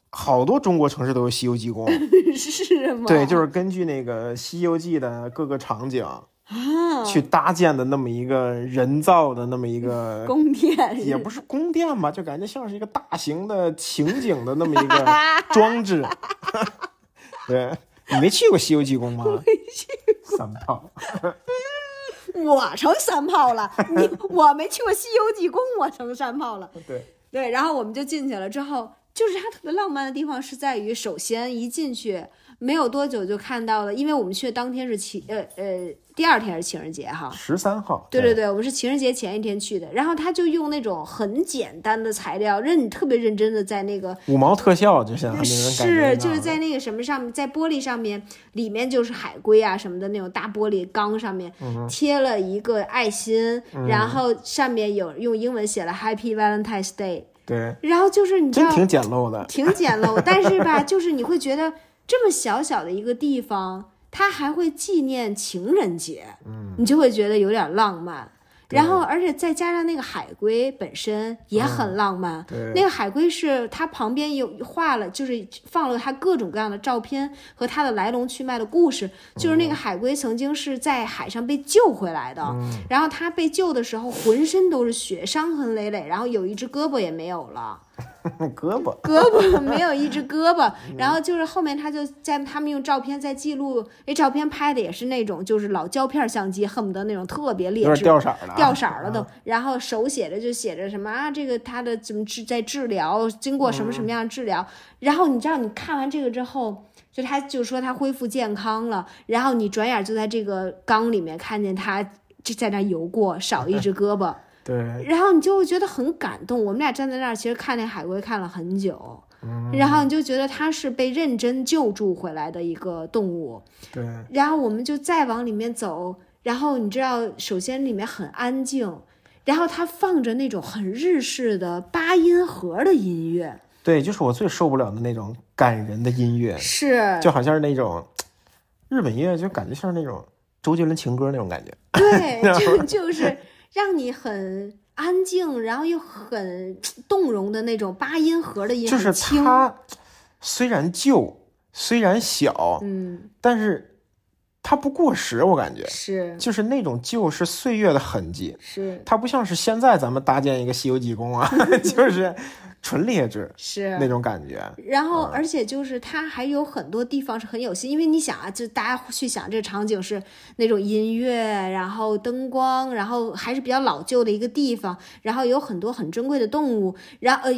Speaker 2: 好多中国城市都有西游记宫。
Speaker 1: 是吗？
Speaker 2: 对，就是根据那个《西游记》的各个场景
Speaker 1: 啊
Speaker 2: 去搭建的那么一个人造的那么一个，
Speaker 1: 宫殿
Speaker 2: 呃也不是宫殿吧，就感觉像是一个大型的情景的那么 一个装置。 对你没去过西游记 宫吗？没去过。三炮，
Speaker 1: 我成山炮 了，你我没去过《西游记》宫，我成山炮了。
Speaker 2: 对，
Speaker 1: 对，然后我们就进去了。之后就是它特别浪漫的地方是在于，首先一进去没有多久就看到了，因为我们去的当天是情呃呃第二天是情人节哈。
Speaker 2: 十三号。
Speaker 1: 对对对，我们是情人节前一天去的，然后他就用那种很简单的材料，认特别认真的在那个
Speaker 2: 五毛特效就像令人感觉
Speaker 1: 是
Speaker 2: 一样
Speaker 1: 就是在那个什么上面，在玻璃上面，里面就是海龟啊什么的那种大玻璃缸上面、
Speaker 2: 嗯
Speaker 1: 贴了一个爱心，然后上面有用英文写了 Happy Valentine's Day，
Speaker 2: 对，
Speaker 1: 然后就是你知
Speaker 2: 真
Speaker 1: 道
Speaker 2: 挺简陋的。
Speaker 1: 挺简陋，但是吧，就是你会觉得这么小小的一个地方，它还会纪念情人节，嗯，你就会觉得有点浪漫。
Speaker 2: 对
Speaker 1: 然后，而且再加上那个海龟本身也很浪漫，
Speaker 2: 嗯对
Speaker 1: 那个海龟是它旁边有画了，就是放了它各种各样的照片和它的来龙去脉的故
Speaker 2: 嗯
Speaker 1: 事。就是那个海龟曾经是在海上被救回来的，
Speaker 2: 嗯
Speaker 1: 然后它被救的时候浑身都是血，伤痕累累，然后有一只胳膊也没有了。
Speaker 2: 胳膊，
Speaker 1: 胳膊没有一只胳 膊，
Speaker 2: 嗯
Speaker 1: 然后就是后面他就在他们用照片在记录，那照片拍的也是那种就是老胶片相机，恨不得那种特别劣
Speaker 2: 有点
Speaker 1: 质。
Speaker 2: 掉色儿了啊，
Speaker 1: 掉色儿了都，然后手写着就写着什么啊，这个他的怎么治在治疗，经过什么什么样的治疗，
Speaker 2: 嗯
Speaker 1: 然后你知道你看完这个之后，就他就说他恢复健康了，然后你转眼就在这个缸里面看见他就在那游过，少一只胳膊，
Speaker 2: 啊对，
Speaker 1: 然后你就会觉得很感动。我们俩站在那儿，其实看那海龟看了很久，
Speaker 2: 嗯
Speaker 1: 然后你就觉得它是被认真救助回来的一个动物。
Speaker 2: 对，
Speaker 1: 然后我们就再往里面走，然后你知道，首先里面很安静，然后它放着那种很日式的八音盒的音乐，
Speaker 2: 对，就是我最受不了的那种感人的音乐，
Speaker 1: 是
Speaker 2: 就好像是那种日本音乐，就感觉像是那种周杰伦情歌那种感觉。
Speaker 1: 对， 就就是让你很。安静，然后又很动容的那种八音盒的音，
Speaker 2: 就是
Speaker 1: 很轻，
Speaker 2: 它虽然旧，虽然小，
Speaker 1: 嗯，
Speaker 2: 但是它不过时，我感觉
Speaker 1: 是
Speaker 2: 就是那种旧是岁月的痕迹，
Speaker 1: 是
Speaker 2: 它不像是现在咱们搭建一个西游记 宫啊，就是纯劣质
Speaker 1: 是
Speaker 2: 那种感觉。
Speaker 1: 然后，
Speaker 2: 啊
Speaker 1: 而且就是它还有很多地方是很有心，因为你想啊，就大家去想这个场景是那种音乐，然后灯光，然后还是比较老旧的一个地方，然后有很多很珍贵的动物，然后呃，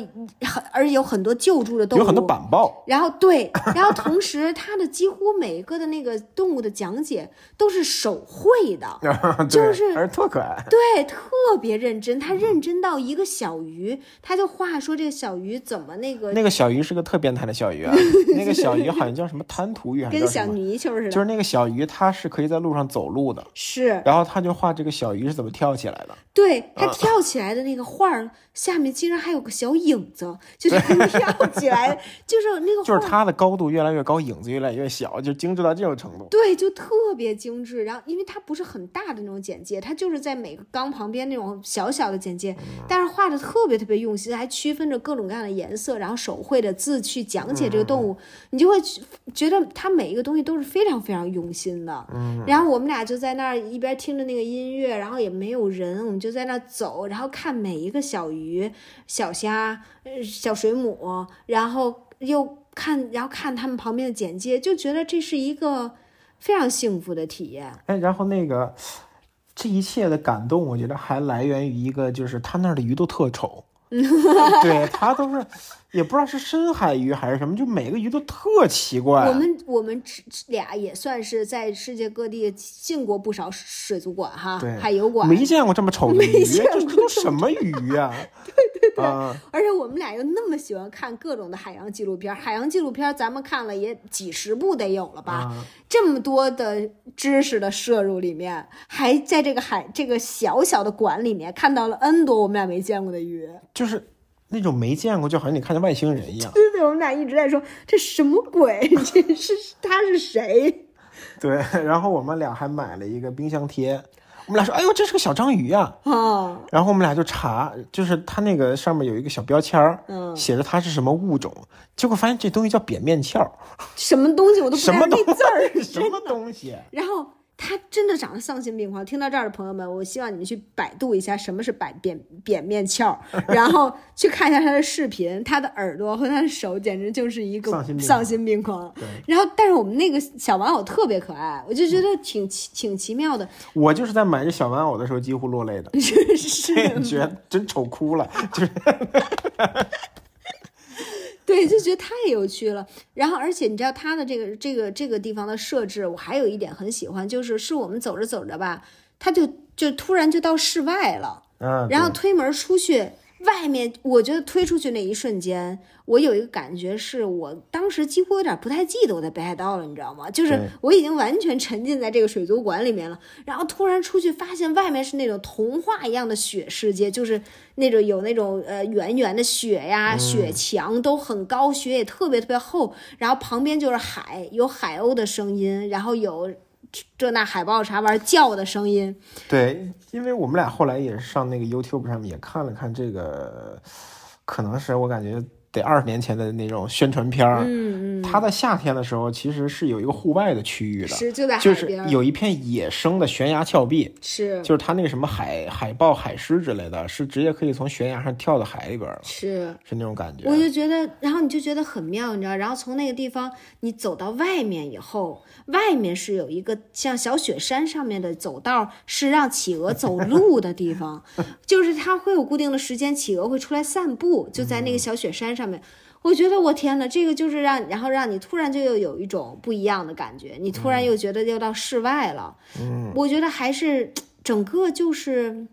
Speaker 1: 很而且有很多救助的动物，
Speaker 2: 有很多板报，
Speaker 1: 然后对，然后同时它的几乎每一个的那个动物的讲解都是手绘的，
Speaker 2: 对
Speaker 1: 就是
Speaker 2: 而特可爱。
Speaker 1: 对，特别认真，他认真到一个小鱼，他就画说这个个小鱼怎么那个
Speaker 2: 那个小鱼是个特变态的小 鱼啊，那个小鱼好像叫什么滩涂鱼还是
Speaker 1: 跟
Speaker 2: 叫什
Speaker 1: 小
Speaker 2: 么？
Speaker 1: 泥鳅似的，
Speaker 2: 就是那个小鱼，它是可以在路上走路的，
Speaker 1: 是
Speaker 2: 然后他就画这个小鱼是怎么跳起来的。
Speaker 1: 对它跳起来的那个画儿、下面竟然还有个小影子，就是它跳起来， 就是那个
Speaker 2: 就是
Speaker 1: 画儿
Speaker 2: 它的高度越来越高，影子越来越小，就精致到这种程度。
Speaker 1: 对，就特别精致。然后，因为它不是很大的那种简介，它就是在每个缸旁边那种小小的简介，但是画的特别特别用心，还区分着各种各样的颜色，然后手绘的字去讲解这个动物，你就会觉觉得它每一个东西都是非常非常用心的。然后我们俩就在那儿一边听着那个音乐，然后也没有人，我们就在那儿走，然后看每一个小鱼、小虾、呃小水母，然后又看，然后看他们旁边的简介，就觉得这是一个非常幸福的体验。
Speaker 2: 哎，然后那个这一切的感动，我觉得还来源于一个，就是他那儿的鱼都特 丑。对，它都是也不知道是深海鱼还是什么，就每个鱼都特奇怪。
Speaker 1: 我们我们只只俩也算是在世界各地进过不少水族馆哈
Speaker 2: 对，
Speaker 1: 海游馆，
Speaker 2: 没见过这么丑的
Speaker 1: 没
Speaker 2: 鱼，
Speaker 1: 见
Speaker 2: 这
Speaker 1: 过
Speaker 2: 这都什么鱼呀、 对对对，啊、
Speaker 1: 而且我们俩又那么喜欢看各种的海洋纪录片儿，海洋纪录片儿咱们看了也几十部得有了吧？
Speaker 2: 啊
Speaker 1: 这么多的知识的摄入里面，还在这个海这个小小的馆里面看到了 N 多我们俩没见过的鱼。
Speaker 2: 就是那种没见过，就好像你看见外星人一样。
Speaker 1: 对对，我们俩一直在说这什么鬼？ 这是他是谁？
Speaker 2: 对，然后我们俩还买了一个冰箱贴，我们俩说：“哎呦，这是个小章鱼呀、
Speaker 1: 啊，
Speaker 2: 然后我们俩就查，就是它那个上面有一个小标签儿，
Speaker 1: 嗯
Speaker 2: 写着它是什么物种，结果发现这东西叫扁面壳 儿，
Speaker 1: 什么东西我都不知
Speaker 2: 什
Speaker 1: 道
Speaker 2: 么东
Speaker 1: 那字儿
Speaker 2: 西？什么东西？
Speaker 1: 然后它真的长得丧心病狂。听到这儿的朋友们，我希望你们去百度一下什么是百扁扁面壳，然后去看一下它的视频，它的耳朵和它的手简直就是一个
Speaker 2: 丧心病狂
Speaker 1: 丧心病狂
Speaker 2: 对。
Speaker 1: 然后，但是我们那个小玩偶特别可爱，我就觉
Speaker 2: 嗯
Speaker 1: 得挺奇挺奇妙的，
Speaker 2: 我就是在买这小玩偶的时候几乎落泪的，
Speaker 1: 是是，
Speaker 2: 觉得真丑哭了。就是
Speaker 1: 对，就觉得太有趣了。然后，而且你知道它的这个这个这个地方的设置，我还有一点很喜欢，就是是我们走着走着吧，它就就突然就到室外了。
Speaker 2: 嗯，
Speaker 1: 然后推门出去，外面我觉得推出去那一瞬间，我有一个感觉，是我当时几乎有点不太记得我在北海道了，你知道吗？就是
Speaker 2: 对
Speaker 1: 我已经完全沉浸在这个水族馆里面了，然后突然出去发现外面是那种童话一样的雪世界，就是那种有那种呃圆圆的雪呀、
Speaker 2: 嗯
Speaker 1: 雪墙都很高，雪也特别特别厚，然后旁边就是海，有海鸥的声音，然后有。这那海豹啥玩意儿叫的声音，
Speaker 2: 对，因为我们俩后来也是上那个 YouTube 上面也看了看这个，可能是我感觉得二十年前的那种宣传片儿。
Speaker 1: 嗯嗯，
Speaker 2: 它在夏天的时候其实是有一个户外的区域的，
Speaker 1: 是就在海
Speaker 2: 就是
Speaker 1: 边儿，
Speaker 2: 有一片野生的悬崖峭壁，
Speaker 1: 是
Speaker 2: 就是它那个什么海海豹、海狮之类的，是直接可以从悬崖上跳到海里边儿，
Speaker 1: 是，
Speaker 2: 是那种感觉
Speaker 1: 我。就觉得，然后你就觉得很妙，你知道？然后从那个地方你走到外面以后，外面是有一个像小雪山上面的走道，是让企鹅 走路的地方，就是它会有固定的时间，企鹅会出来散步，就在
Speaker 2: 嗯
Speaker 1: 那个小雪山上面。我觉得我天呐，这个就是让，然后让你突然就又有一种不一样的感觉，你突
Speaker 2: 嗯
Speaker 1: 然又觉得又到室外了。嗯，我觉得还是整个就是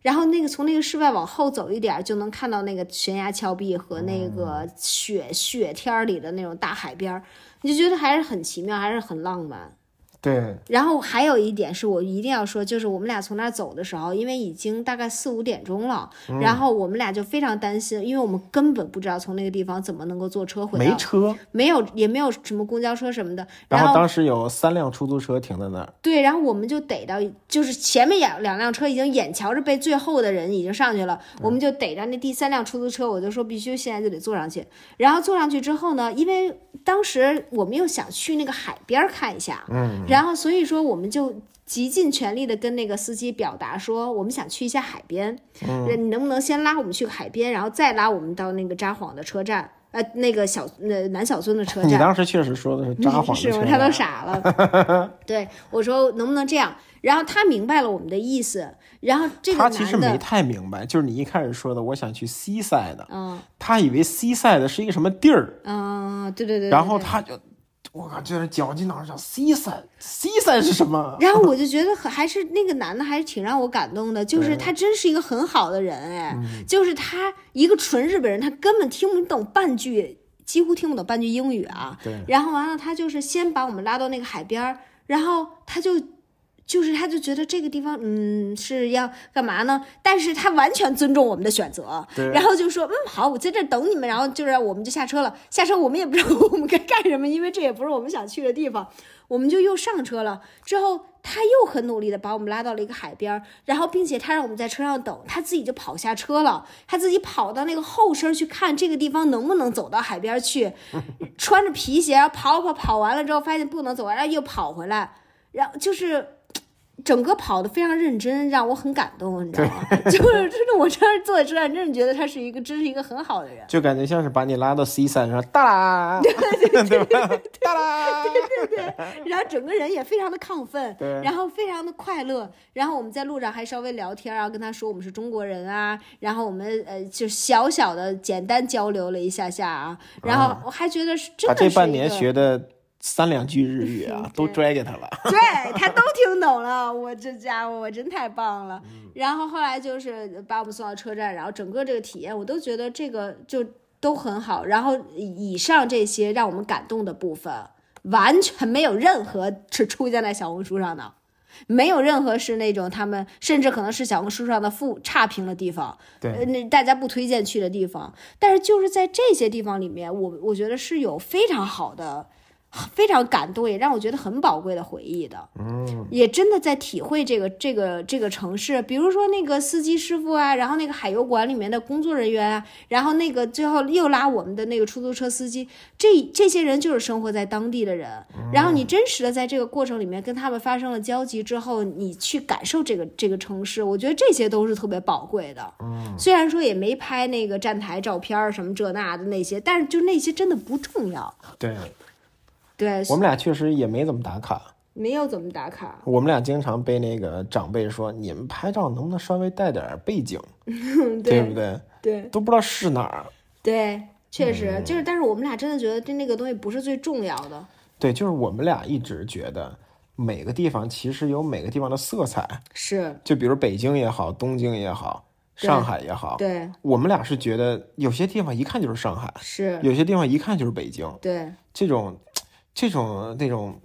Speaker 1: 然后那个从那个室外往后走一点儿，就能看到那个悬崖峭壁和
Speaker 2: 哦
Speaker 1: 那个雪、雪天儿里的那种大海边儿，你就觉得还是很奇妙，还是很浪漫。
Speaker 2: 对，
Speaker 1: 然后还有一点是我一定要说，就是我们俩从那儿走的时候，因为已经大概四五点钟了，
Speaker 2: 嗯
Speaker 1: 然后我们俩就非常担心，因为我们根本不知道从那个地方怎么能够坐车回
Speaker 2: 没
Speaker 1: 到，
Speaker 2: 车，
Speaker 1: 没有也没有什么公交车什么的，
Speaker 2: 然
Speaker 1: 然
Speaker 2: 后当时有三辆出租车停在那儿，
Speaker 1: 对，然后我们就逮到，就是前面两两辆车已经眼瞧着被最后的人已经上去了，我们就逮着那第三辆出租车，我就说必须现在就得坐上去。然后坐上去之后呢，因为当时我们又想去那个海边儿看一下，嗯，然后所以说我们就极尽全力的跟那个司机表达说，我们想去一下海边，嗯，你能不能先拉我们去海边，然后再拉我们到那个札幌的车站，呃，那个小呃南小村的车站
Speaker 2: 你。当时确实说的是札幌
Speaker 1: 是
Speaker 2: 的
Speaker 1: 吗？
Speaker 2: 车
Speaker 1: 他
Speaker 2: 站
Speaker 1: 都傻了。 对，我说能不能这样？然后他明白了我们的意思，然后这个
Speaker 2: 他其实
Speaker 1: 男
Speaker 2: 没
Speaker 1: 的，
Speaker 2: 太明白，就是你一开始说的，我想去西塞的，
Speaker 1: 嗯
Speaker 2: 他以为西塞的是一个什么地儿，
Speaker 1: 嗯，对对对，对
Speaker 2: 然后
Speaker 1: 对
Speaker 2: 他就我靠，这人绞尽脑汁叫 season season 是 什么？
Speaker 1: 然后我就觉得很还是那个男的还是挺让我感动的，就是他真是一个很好的人哎，
Speaker 2: 嗯
Speaker 1: 就是他一个纯日本人，他根本听不懂半句，几乎听不懂半句英语啊。
Speaker 2: 对，
Speaker 1: 然后完了，他就是先把我们拉到那个海边儿，然后他就。就是他就觉得这个地方，嗯，是要干嘛呢？但是他完全尊重我们的选择，
Speaker 2: 对
Speaker 1: 然后就说，嗯，好，我在这儿等你们。然后就是我们就下车了，下车我们也不知道 我们该干什么，因为这也不是我们想去的地方，我们就又上车了。之后他又很努力的把我们拉到了一个海边儿，然后并且他让我们在车上等，他自己就跑下车了，他自己跑到那个后身去看这个地方能不能走到海边去，穿着皮鞋，然后跑跑跑完了之后发现不能走，然后又跑回来，然后就是。整个跑得非常认真，让我很感动，你知道吗？ 就是真的，我这儿坐在车上，真的觉得他是一个，真是一个很好的 人。
Speaker 2: 就感觉像是把你拉到 season 上，哒啦， 对吧？哒啦，
Speaker 1: 然后整个人也非常的亢奋，
Speaker 2: 对
Speaker 1: 然后非常的快乐。然后我们在路上还稍微聊天啊，跟他说我们是中国人啊，然后我们呃就小小的简单交流了一下下啊，然后我还觉得是真
Speaker 2: 他
Speaker 1: 的是一
Speaker 2: 这
Speaker 1: 个
Speaker 2: 半年学的三两句日语 啊，都拽给他了。
Speaker 1: 对他都听懂了，我这家伙我真太棒了。然后后来就是把我们送到车站，然后整个这个体验我都觉得这个就都很好。然后以上这些让我们感动的部分，完全没有任何是出现在小红书上的。没有任何是那种他们甚至可能是小红书上的负差评的地方，呃，
Speaker 2: 对，
Speaker 1: 那大家不推荐去的地方，但是就是在这些地方里面，我我觉得是有非常好的、非常感动，也让我觉得很宝贵的回忆的。
Speaker 2: 嗯，
Speaker 1: 也真的在体会这个这个这个城市，比如说那个司机师傅啊，然后那个海游馆里面的工作人员啊，然后那个最后又拉我们的那个出租车司机，这这些人就是生活在当地的人。然后你真实的在这个过程里面跟他们发生了交集之后，你去感受这个这个城市，我觉得这些都是特别宝贵的。虽然说也没拍那个站台照片儿什么这那的那些，但是就那些真的不重要。
Speaker 2: 对，
Speaker 1: 对，
Speaker 2: 我们俩确实也没怎么打卡。
Speaker 1: 没有怎么打卡。
Speaker 2: 我们俩经常被那个长辈说，你们拍照能不能稍微带点儿背景，对不嗯对？
Speaker 1: 嗯
Speaker 2: 嗯
Speaker 1: 对
Speaker 2: 都不知道是哪儿。
Speaker 1: 对，确实、就是，但是我们俩真的觉得这那个东西不是最重要的。
Speaker 2: 对，就是我们俩一直觉得每个地方其实有每个地方的色彩，
Speaker 1: 是，
Speaker 2: 就比如北京也好，东京也好，
Speaker 1: 对
Speaker 2: 上海也好，
Speaker 1: 对，
Speaker 2: 我们俩是觉得有些地方一看就是上海，
Speaker 1: 是，
Speaker 2: 有些地方一看就是北京，
Speaker 1: 对，
Speaker 2: 这种这种那种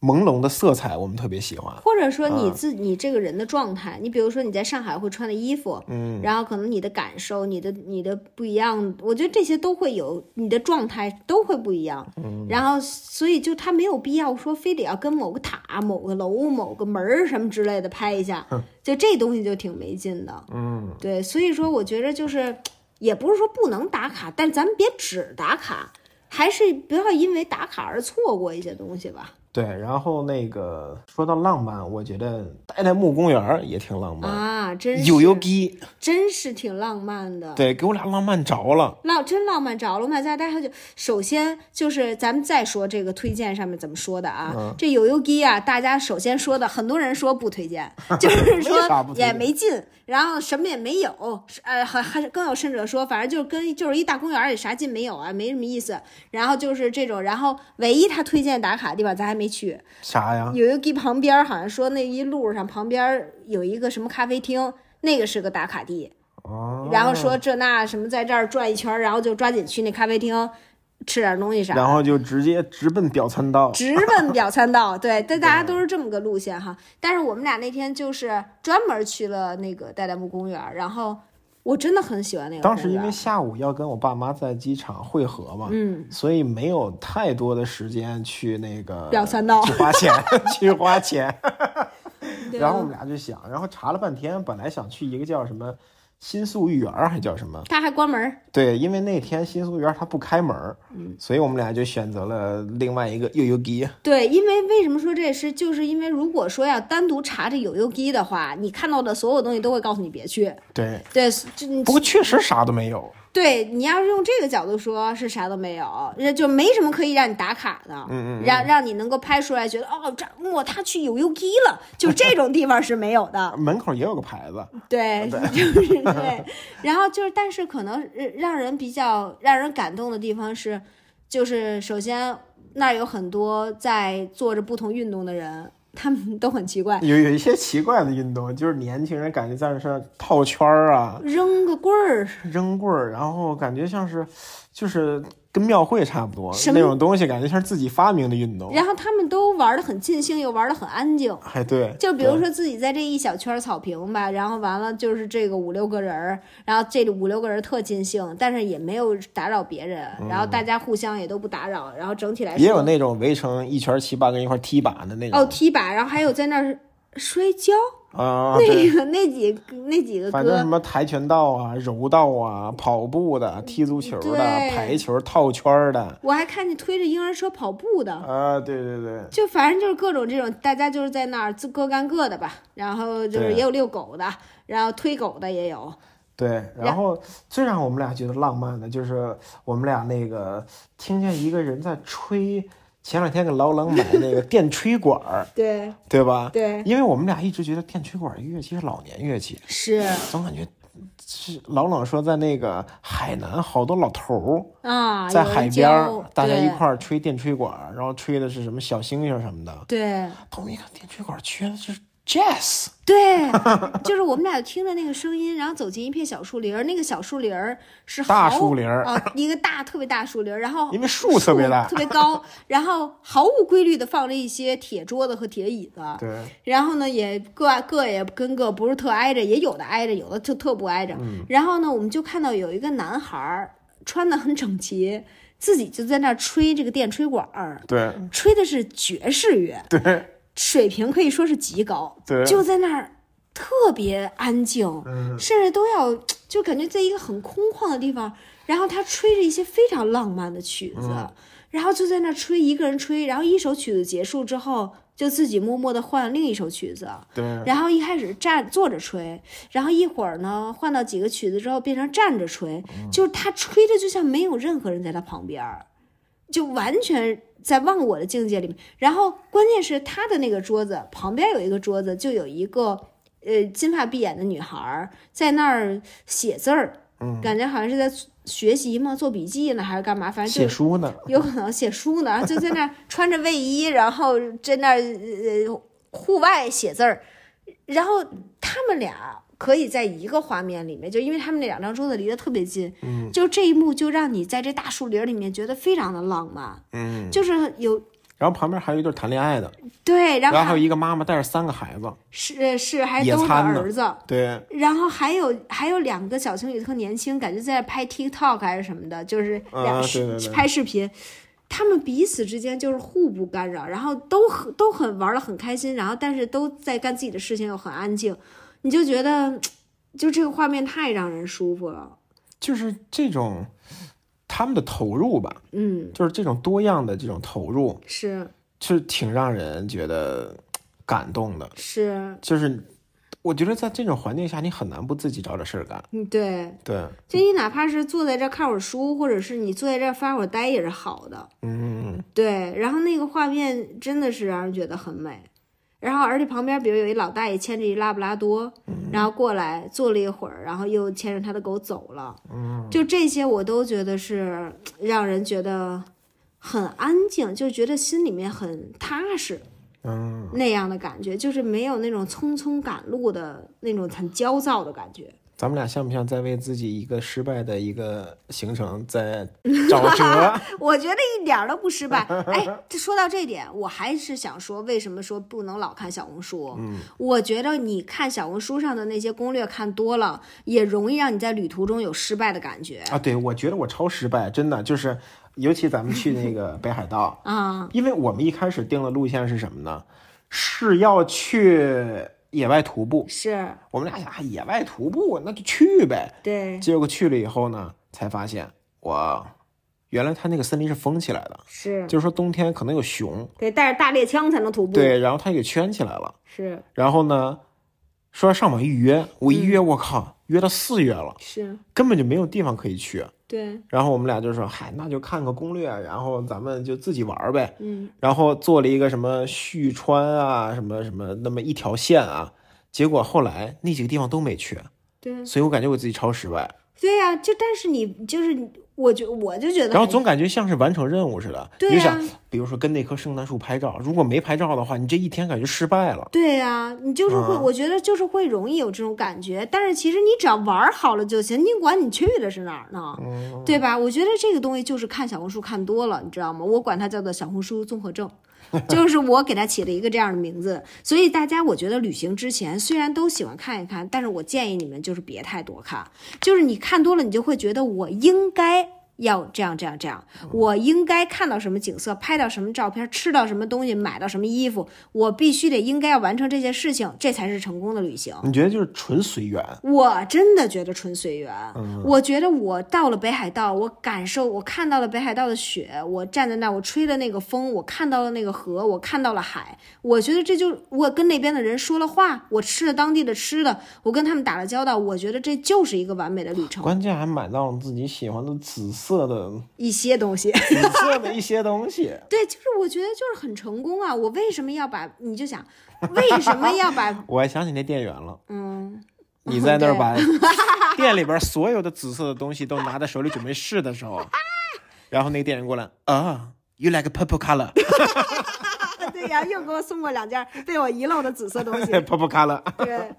Speaker 2: 朦胧的色彩我们特别喜欢。
Speaker 1: 或者说
Speaker 2: 嗯
Speaker 1: 你自、你这个人的状态，你比如说你在上海会穿的衣服，
Speaker 2: 嗯，
Speaker 1: 然后可能你的感受、你的你的不一样，我觉得这些都会有，你的状态都会不一样。嗯，然后所以就他没有必要说非得要跟某个塔、某个楼、某个门儿什么之类的拍一下，就这东西就挺没劲的。
Speaker 2: 嗯，
Speaker 1: 对，所以说我觉得就是，也不是说不能打卡，但咱们别只打卡，还是不要因为打卡而错过一些东西吧。
Speaker 2: 对。然后那个说到浪漫，我觉得代代木公园儿也挺浪漫。
Speaker 1: 啊，真是
Speaker 2: 有有鸡，
Speaker 1: 真是挺浪漫的。
Speaker 2: 对，给我俩浪漫着了。
Speaker 1: 浪真浪漫着了，我们俩在待好久。首先就是咱们再说这个推荐上面怎么说的啊？
Speaker 2: 嗯
Speaker 1: 这有有机啊，大家首先说的，很多人说 不推荐，就是说
Speaker 2: 为啥不推荐
Speaker 1: 也没劲，然后什么也没有，是呃，还还是更有甚者说，反正就是跟就是一大公园儿也啥劲没有啊，没什么意思。然后就是这种，然后唯一他推荐打卡的地方咱还没去，
Speaker 2: 啥呀？
Speaker 1: 有一个旁边儿好像说那一路上旁边儿有一个什么咖啡厅，那个是个打卡地，
Speaker 2: 哦，
Speaker 1: 然后说这那什么在这儿转一圈儿，然后就抓紧去那咖啡厅吃点东西啥的。
Speaker 2: 然后就直接直奔表参道。
Speaker 1: 直奔表参道， 对，但
Speaker 2: 嗯
Speaker 1: 大家都是这么个路线哈。但是我们俩那天就是专门去了那个代代木公园儿，然后我真的很喜欢那个公
Speaker 2: 当
Speaker 1: 园。
Speaker 2: 时因为下午要跟我爸妈在机场会合嘛，
Speaker 1: 嗯，
Speaker 2: 所以没有太多的时间去那个
Speaker 1: 表参道
Speaker 2: 去花钱 去花钱。
Speaker 1: 对
Speaker 2: 然后我们俩就想，然后查了半天，本来想去一个叫什么新宿御园儿，还叫什么？
Speaker 1: 他还关门儿，
Speaker 2: 对，因为那天新宿御园儿它不开门儿，
Speaker 1: 嗯
Speaker 2: 所以我们俩就选择了另外一个悠悠迪。
Speaker 1: 对，因为为什么说这是，就是因为如果说要单独查这有悠机的话，你看到的所有东西都会告诉你别去。
Speaker 2: 对，
Speaker 1: 对，就你
Speaker 2: 不过确实啥都没有。
Speaker 1: 对你要是用这个角度说，是啥都没有，那就没什么可以让你打卡的，嗯嗯让让你能够拍出来，觉得哦，这莫他去有悠机了，就这种地方是没有的。
Speaker 2: 门口也有个牌子，
Speaker 1: 对，就是对。然后就是，但是可能呃让人比较让人感动的地方是，就是首先那儿有很多在做着不同运动的人，他们都很奇怪，
Speaker 2: 有有一些奇怪的运动，就是年轻人感觉在那上套圈儿啊、
Speaker 1: 扔个棍儿，
Speaker 2: 扔棍儿，然后感觉像是就是跟庙会差不多
Speaker 1: 什么
Speaker 2: 那种东西，感觉像是自己发明的运动。
Speaker 1: 然后他们都玩的很尽兴，又玩的很安静。
Speaker 2: 哎，对，
Speaker 1: 就比如
Speaker 2: 对
Speaker 1: 说自己在这一小圈儿草坪吧，然后完了就是这个五六个人儿，然后这五六个人特尽兴，但是也没有打扰别人，然后大家互相也都不打扰，然后整体来说
Speaker 2: 嗯也有那种围成一圈儿七八个人一块儿踢靶的那种
Speaker 1: 哦踢靶，然后还有在那儿摔跤，
Speaker 2: 啊，对
Speaker 1: 那个那几个那几个
Speaker 2: 反正什
Speaker 1: 哥，
Speaker 2: 么跆拳道啊、柔道啊、跑步的、踢足球
Speaker 1: 嗯对
Speaker 2: 的、排球、套圈儿的，
Speaker 1: 我还看见推着婴儿车跑步的，
Speaker 2: 啊，对对对，
Speaker 1: 就反正就是各种这种，大家就是在那儿自各干各的吧，然后就是
Speaker 2: 对
Speaker 1: 也有遛狗的，然后推狗的也有，
Speaker 2: 对，然
Speaker 1: 然
Speaker 2: 后最让我们俩觉得浪漫的就是我们俩那个听见一个人在吹，前两天给 老冷买那个电吹管儿，
Speaker 1: 对
Speaker 2: 对吧？
Speaker 1: 对
Speaker 2: 因为我们俩一直觉得电吹管儿乐器是老年乐器，
Speaker 1: 是
Speaker 2: 总感觉是老冷说在那个海南好多老头
Speaker 1: 啊，
Speaker 2: 儿在
Speaker 1: 有人
Speaker 2: 海边儿
Speaker 1: 教，
Speaker 2: 大家一
Speaker 1: 对
Speaker 2: 块儿吹电吹管儿，然后吹的是什么小星星什么的。
Speaker 1: 对
Speaker 2: 我们一看电吹管儿缺的是 jazz，
Speaker 1: 对， 就是我们俩听着那个声音，然后走进一片小树林儿，那个小树林儿是
Speaker 2: 大
Speaker 1: 毫
Speaker 2: 树林儿
Speaker 1: 啊，一个大特别大树林儿，然后
Speaker 2: 因为树特别大
Speaker 1: 特别高，然后毫无规律的放着一些铁桌子和铁椅子，
Speaker 2: 对。
Speaker 1: 然后呢也各啊各也跟各不是特挨着，也有的挨着，有的就特不挨着，
Speaker 2: 嗯
Speaker 1: 然后呢我们就看到有一个男孩儿穿的很整齐，自己就在那儿吹这个电吹管儿，
Speaker 2: 对
Speaker 1: 吹的是爵士乐，
Speaker 2: 对
Speaker 1: 水平可以说是极高，
Speaker 2: 对
Speaker 1: 就在那儿特别安静，甚至都要就感觉在一个很空旷的地方，然后他吹着一些非常浪漫的曲子，然后就在那儿吹，一个人吹，然后一首曲子结束之后，就自己默默的换另一首曲子，
Speaker 2: 对
Speaker 1: 然后一开始站坐着吹，然后一会儿呢换到几个曲子之后变成站着吹，就是他吹的就像没有任何人在他旁边儿，就完全在忘我的境界里面。然后关键是他的那个桌子旁边有一个桌子，就有一个呃金发碧眼的女孩儿在那儿写字儿，感觉好像是在学习嘛，做笔记呢还是干嘛，反正就
Speaker 2: 写
Speaker 1: 是
Speaker 2: 书呢，
Speaker 1: 有可能写书呢，然后就在那 儿穿着卫衣，然后在那儿呃户外写字儿，然后他们俩可以在一个画面里面，就因为他们那两张桌子离得特别近，嗯，就这一幕就让你在这大树林里面觉得非常的浪漫，
Speaker 2: 嗯，
Speaker 1: 就是有
Speaker 2: 然后旁边还有一对谈恋爱的，
Speaker 1: 对，然
Speaker 2: 然后还
Speaker 1: 后
Speaker 2: 有一个妈妈带着三个孩子，
Speaker 1: 是呃是还
Speaker 2: 野
Speaker 1: 都是
Speaker 2: 餐呢
Speaker 1: 儿子。
Speaker 2: 对，
Speaker 1: 然后还有还有两个小情侣特年轻，感觉在拍 TikTok 还是什么的，就是
Speaker 2: 啊
Speaker 1: 俩视、
Speaker 2: 对对对
Speaker 1: 拍视频，他们彼此之间就是互不干扰，然后都很都很玩的很开心，然后但是都在干自己的事情，又很安静，你就觉得就这个画面太让人舒服了，
Speaker 2: 就是这种他们的投入吧，
Speaker 1: 嗯，
Speaker 2: 就是这种多样的这种投入，
Speaker 1: 是
Speaker 2: 是挺让人觉得感动的。
Speaker 1: 是，
Speaker 2: 就是我觉得在这种环境下，你很难不自己找点事儿干。
Speaker 1: 嗯，对，
Speaker 2: 对，
Speaker 1: 就你哪怕是坐在这儿看会儿书，或者是你坐在这儿发会儿呆也是好的，
Speaker 2: 嗯，
Speaker 1: 对，然后那个画面真的是让人觉得很美。然后，而且旁边，比如有一老大爷牵着一拉布拉多，然后过来坐了一会儿，然后又牵着他的狗走了。就这些，我都觉得是让人觉得很安静，就觉得心里面很踏实。嗯，那样的感觉，就是没有那种匆匆赶路的那种很焦躁的感觉。
Speaker 2: 咱们俩像不像在为自己一个失败的一个行程在找辙？
Speaker 1: 我觉得一点儿都不失 败。哎，这说到这点，我还是想说，为什么说不能老看小红书？嗯，我觉得你看小红书上的那些攻略看多了，也容易让你在旅途中有失败的感觉
Speaker 2: 啊，对，我觉得我超失败，真的就是，尤其咱们去那个北海道，
Speaker 1: 啊。
Speaker 2: 因为我们一开始定的路线是什么呢？是要去野外徒步。
Speaker 1: 是
Speaker 2: 我们俩想，啊野外徒步那就去呗。
Speaker 1: 对，
Speaker 2: 结果去了以后呢，才发现我原来它那个森林是封起来的，
Speaker 1: 是
Speaker 2: 就是说冬天可能有熊，
Speaker 1: 对，带着大猎枪才能徒步。，
Speaker 2: 对，然后它给圈起来了。
Speaker 1: 是
Speaker 2: 然后呢，说上网预约，我一
Speaker 1: 嗯
Speaker 2: 约，我靠，约到四月了，
Speaker 1: 是，
Speaker 2: 根本就没有地方可以去。
Speaker 1: 对，
Speaker 2: 然后我们俩就说，嗨，那就看个攻略，然后咱们就自己玩儿呗。
Speaker 1: 嗯，
Speaker 2: 然后做了一个什么旭川啊，什么什么那么一条线啊，结果后来那几个地方都没去，
Speaker 1: 对，
Speaker 2: 所以我感觉我自己超失败。
Speaker 1: 对呀、就但是你就是我就我就觉得很，
Speaker 2: 然后总感觉像是完成任务似的。
Speaker 1: 对啊
Speaker 2: 你就
Speaker 1: 呀
Speaker 2: 想，比如说跟那棵圣诞树拍照，如果没拍照的话，你这一天感觉失败了。
Speaker 1: 对呀、你就是会，
Speaker 2: 嗯
Speaker 1: 我觉得就是会容易有这种感觉。但是其实你只要玩儿好了就行，你管你去的是哪儿呢？
Speaker 2: 嗯
Speaker 1: 对吧？我觉得这个东西就是看小红书看多了，你知道吗？我管它叫做小红书综合症。就是我给它起了一个这样的名字，所以大家我觉得旅行之前虽然都喜欢看一看，但是我建议你们就是别太多看，就是你看多了，你就会觉得我应该要这样这样这样，我应该看到什么景色，拍到什么照片，吃到什么东西，买到什么衣服，我必须得应该要完成这些事情，这才是成功的旅行。
Speaker 2: 你觉得就是纯随缘，
Speaker 1: 我真的觉得纯随缘。我觉得我到了北海道，我感受，我看到了北海道的雪，我站在那儿，我吹了那个风，我看到了那个河，我看到了海。我觉得这就我跟那边的人说了话，我吃了当地的吃的，我跟他们打了交道，我觉得这就是一个完美的旅 程。
Speaker 2: 关键还买到了自己喜欢的紫色的
Speaker 1: 一些东西。
Speaker 2: 紫色的一些东西。
Speaker 1: 对，就是我觉得就是很成功啊！我为什么要把 你就想，为什么要把
Speaker 2: 我还想起那店员了，
Speaker 1: 嗯，
Speaker 2: 你在那 儿
Speaker 1: 对
Speaker 2: 把店里边所有的紫色的东西都拿在手里准备试的时候，然后那店员过来啊。You like purple color,
Speaker 1: 对呀、又给我送过两件被我遗漏的紫色东西，
Speaker 2: purple color。
Speaker 1: 对，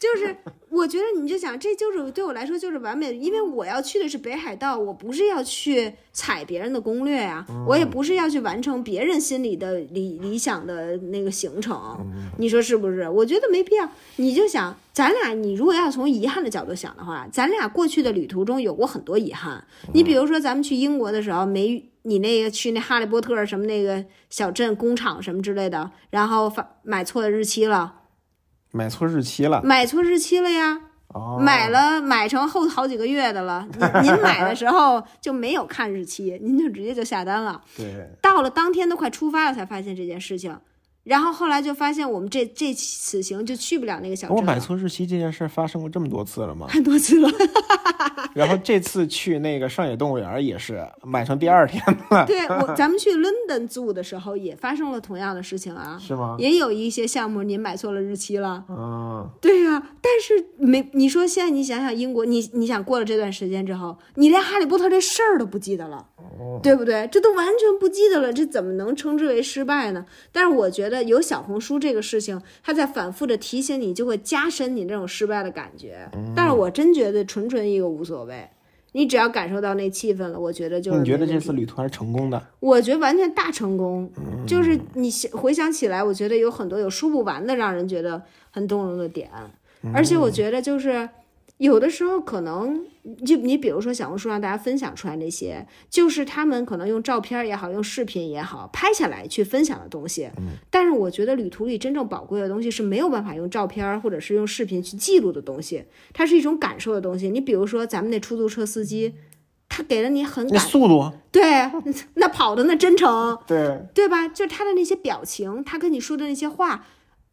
Speaker 1: 就是我觉得你就想，这就是对我来说就是完美的，因为我要去的是北海道，我不是要去踩别人的攻略啊，我也不是要去完成别人心里的理理想的那个行程，你说是不是？我觉得没必要。你就想，咱俩你如果要从遗憾的角度想的话，咱俩过去的旅途中有过很多遗憾。你比如说，咱们去英国的时候没遇。你那个去那哈利波特什么那个小镇工厂什么之类的，然后发买错日期了，
Speaker 2: 买错日期了，
Speaker 1: 买错日期了呀，
Speaker 2: 哦，
Speaker 1: 买了买成后好几个月的了，您您买的时候就没有看日期， 您就直接就下单了。
Speaker 2: 对，
Speaker 1: 到了当天都快出发了，才发现这件事情。然后后来就发现我们这这此行就去不了那个小
Speaker 2: 我
Speaker 1: 镇啊
Speaker 2: 买
Speaker 1: 了，
Speaker 2: 错日期这件事儿发生过这么多次了吗？
Speaker 1: 太多 次了。
Speaker 2: 然后这次去那个上野动物园儿也是买成第二天了，
Speaker 1: 对我，咱们去 London 住的时候也发生了同样的事情啊，
Speaker 2: 是吗？
Speaker 1: 也有一些项目您买错了日期了。
Speaker 2: 嗯，
Speaker 1: 对呀、但是没你说现在你想想英国，你你想过了这段时间之后，你连哈利波特这事儿都不记得了，
Speaker 2: 哦
Speaker 1: 对不对？这都完全不记得了，这怎么能称之为失败呢？但是我觉得有小红书这个事情，它在反复的提醒你，就会加深你这种失败的感觉。
Speaker 2: 嗯
Speaker 1: 但是我真觉得纯纯一个无所谓，你只要感受到那气氛了，我觉得就是
Speaker 2: 你觉得
Speaker 1: 没
Speaker 2: 这
Speaker 1: 问题
Speaker 2: 次旅途还是成功的？
Speaker 1: 我觉得完全大成功，就是你想回想起来，我觉得有很多有说不完的，让人觉得很动容的点。而且我觉得就是有的时候可能就你比如说小红书让大家分享出来那些，就是他们可能用照片也好，用视频也好拍下来去分享的东西。但是我觉得旅途里真正宝贵的东西是没有办法用照片或者是用视频去记录的东西，它是一种感受的东西。你比如说咱们那出租车司机，他给了你很
Speaker 2: 那
Speaker 1: 感
Speaker 2: 速度，啊
Speaker 1: 对， 那跑的那真诚，
Speaker 2: 对，
Speaker 1: 对吧？就是他的那些表情，他跟你说的那些话，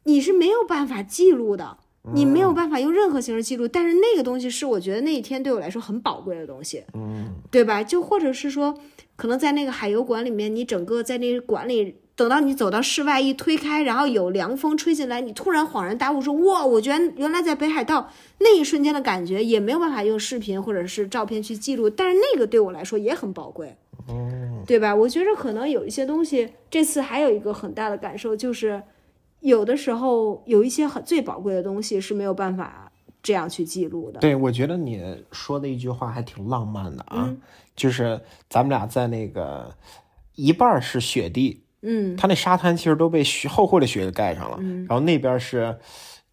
Speaker 1: 你是没有办法记录的，你没有办法用任何形式记录。但是那个东西是我觉得那一天对我来说很宝贵的东西，
Speaker 2: 嗯，
Speaker 1: 对吧？就或者是说，可能在那个海游馆里面，你整个在那个馆里。等到你走到室外一推开，然后有凉风吹进来，你突然恍然大悟，说：“哇，我觉得原来在北海道那一瞬间的感觉，也没有办法用视频或者是照片去记录，但是那个对我来说也很宝贵。”对吧？我觉着可能有一些东西，这次还有一个很大的感受就是，有的时候有一些很最宝贵的东西是没有办法这样去记录的。
Speaker 2: 对，我觉得你说的一句话还挺浪漫的啊，就是咱们俩在那个一半儿是雪地，
Speaker 1: 嗯，
Speaker 2: 它那沙滩其实都被雪厚厚的雪给盖上了，然后那边是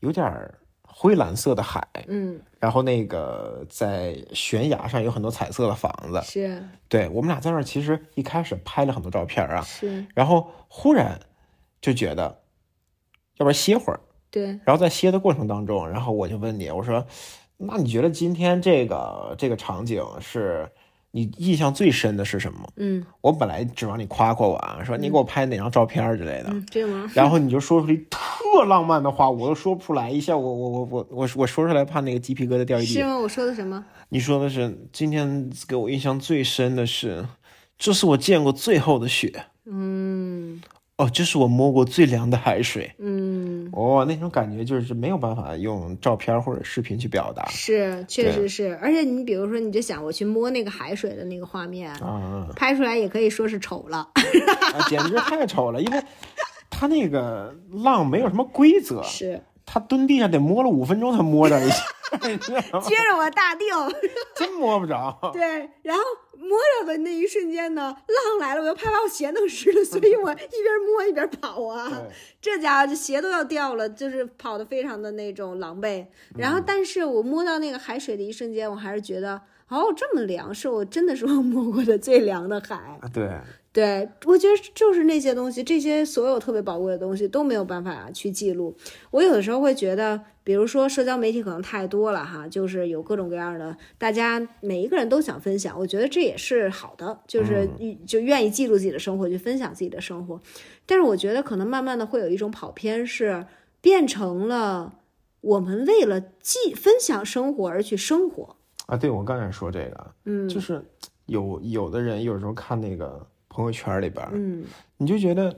Speaker 2: 有点儿灰蓝色的海，
Speaker 1: 嗯，
Speaker 2: 然后那个在悬崖上有很多彩色的房子，
Speaker 1: 是
Speaker 2: 对我们俩在那儿其实一开始拍了很多照片啊，
Speaker 1: 是，
Speaker 2: 然后忽然就觉得，要不然歇会儿，
Speaker 1: 对，
Speaker 2: 然后在歇的过程当中，然后我就问你，我说，那你觉得今天这个这个场景是你印象最深的是什么？
Speaker 1: 嗯
Speaker 2: 我本来指望你夸夸我啊，说你给我拍哪张照片儿之类的，
Speaker 1: 嗯，这个吗？
Speaker 2: 然后你就说出了一特浪漫的话，我都说不出来，一下我我我我我我说出来怕那个鸡皮疙瘩掉一
Speaker 1: 是
Speaker 2: 地。
Speaker 1: 吗？我说的什么？
Speaker 2: 你说的是今天给我印象最深的是，这是我见过最后的雪。
Speaker 1: 嗯，
Speaker 2: 哦，这是我摸过最凉的海水。
Speaker 1: 嗯，
Speaker 2: 哦，那种感觉就是没有办法用照片或者视频去表达
Speaker 1: 是，确
Speaker 2: 啊对
Speaker 1: 实是。而且你比如说，你就想我去摸那个海水的那个画面，
Speaker 2: 啊，
Speaker 1: 拍出来也可以说是丑了。
Speaker 2: 啊简直太丑了，因为它那个浪没有什么规则，
Speaker 1: 是，
Speaker 2: 他蹲地上得摸了五分钟才摸着一下， 啊
Speaker 1: 撅着我大腚。
Speaker 2: 真摸不着。
Speaker 1: 对，然后摸着的那一瞬间呢，浪来了，我又怕把我鞋弄
Speaker 2: 啊
Speaker 1: 湿了，所以我一边摸一边跑啊。
Speaker 2: 对
Speaker 1: 这家伙这鞋都要掉了，就是跑得非常的那种狼狈。然后，但是我摸到那个海水的一瞬间，我还是觉得。哦，这么凉，是我真的是我摸过的最凉的海。
Speaker 2: 啊对，
Speaker 1: 对，我觉得就是那些东西，这些所有特别宝贵的东西都没有办法去记录。我有的时候会觉得，比如说社交媒体可能太多了哈，就是有各种各样的，大家每一个人都想分享，我觉得这也是好的，就是就愿意记录自己的生活，去分享自己的生活。但是我觉得可能慢慢的会有一种跑偏，是变成了我们为了记分享生活而去生活。
Speaker 2: 啊对，我刚才说这个，
Speaker 1: 嗯
Speaker 2: 就是有有的人有时候看那个朋友圈里边儿，
Speaker 1: 嗯
Speaker 2: 你就觉得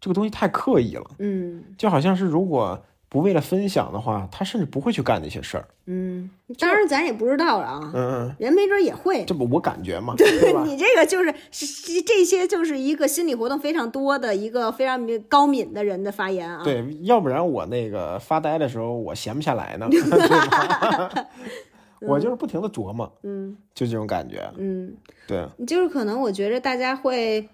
Speaker 2: 这个东西太刻意了，
Speaker 1: 嗯
Speaker 2: 就好像是如果不为了分享的话，他甚至不会去干那些事儿。
Speaker 1: 嗯，当然咱也不知道了啊，
Speaker 2: 嗯，嗯
Speaker 1: 人没准也会。
Speaker 2: 这不我感觉嘛， 对 吧？
Speaker 1: 你这个就是是是这些就是一个心理活动非常多的一个非常敏高敏的人的发言啊。
Speaker 2: 对，要不然我那个发呆的时候，我闲不下来呢， 对吧 我就是不停的琢磨，
Speaker 1: 嗯
Speaker 2: 就这种感觉。
Speaker 1: 嗯，
Speaker 2: 对，
Speaker 1: 就是可能我觉着大家会。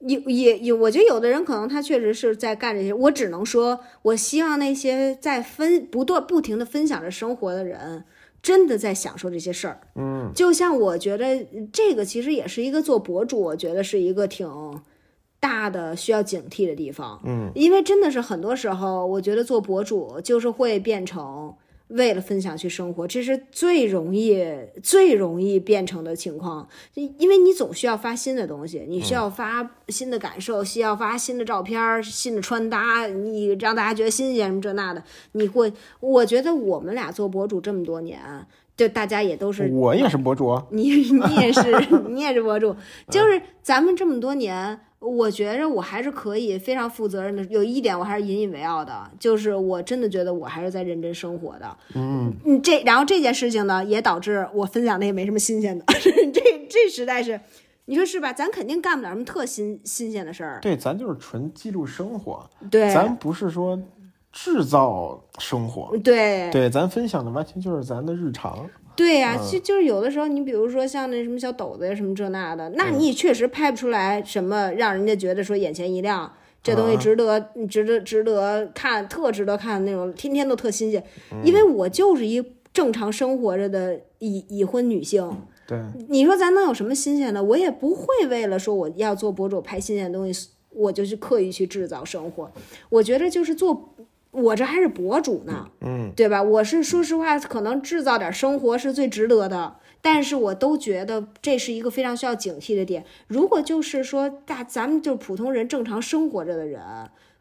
Speaker 1: 有也有，我觉得有的人可能他确实是在干这些。我只能说，我希望那些在分不断不停的分享着生活的人，真的在享受这些事儿。
Speaker 2: 嗯，
Speaker 1: 就像我觉得这个其实也是一个做博主，我觉得是一个挺大的需要警惕的地方。
Speaker 2: 嗯，
Speaker 1: 因为真的是很多时候，我觉得做博主就是会变成为了分享去生活，这是最容易最容易变成的情况。因为你总需要发新的东西，你需
Speaker 2: 嗯
Speaker 1: 要发新的感受，需要发新的照片儿、新的穿搭，你让大家觉得新鲜什么这那的。你会，我觉得我们俩做博主这么多年，就大家也都是
Speaker 2: 我也是博主，啊
Speaker 1: 你 你也是你也是博主，就是咱们这么多年，我觉着我还是可以非常负责任的。有一点我还是引以为傲的，就是我真的觉得我还是在认真生活的。嗯，这然后这件事情呢，也导致我分享的也没什么新鲜的， 这这实在是，你说是吧？咱肯定干不了什么特新新鲜的事儿，
Speaker 2: 对，咱就是纯记录生活，
Speaker 1: 对
Speaker 2: 咱不是说制造生活，
Speaker 1: 对
Speaker 2: 对，咱分享的完全就是咱的日常，
Speaker 1: 对呀、就就是有的时候，你比如说像那什么小斗子呀，什么这那的，那你确实拍不出来什么让人家觉得说眼前一亮，这东西值得、值得、值得看，特值得看那种，天天都特新鲜。因为我就是一正常生活着的已已婚女性，
Speaker 2: 对，
Speaker 1: 你说咱能有什么新鲜的？我也不会为了说我要做博主拍新鲜的东西，我就去刻意去制造生活。我觉得就是做，我这还是博主呢，
Speaker 2: 嗯，
Speaker 1: 对吧？我是说实话，可能制造点生活是最值得的，但是我都觉得这是一个非常需要警惕的点。如果就是说大咱们就是普通人正常生活着的人，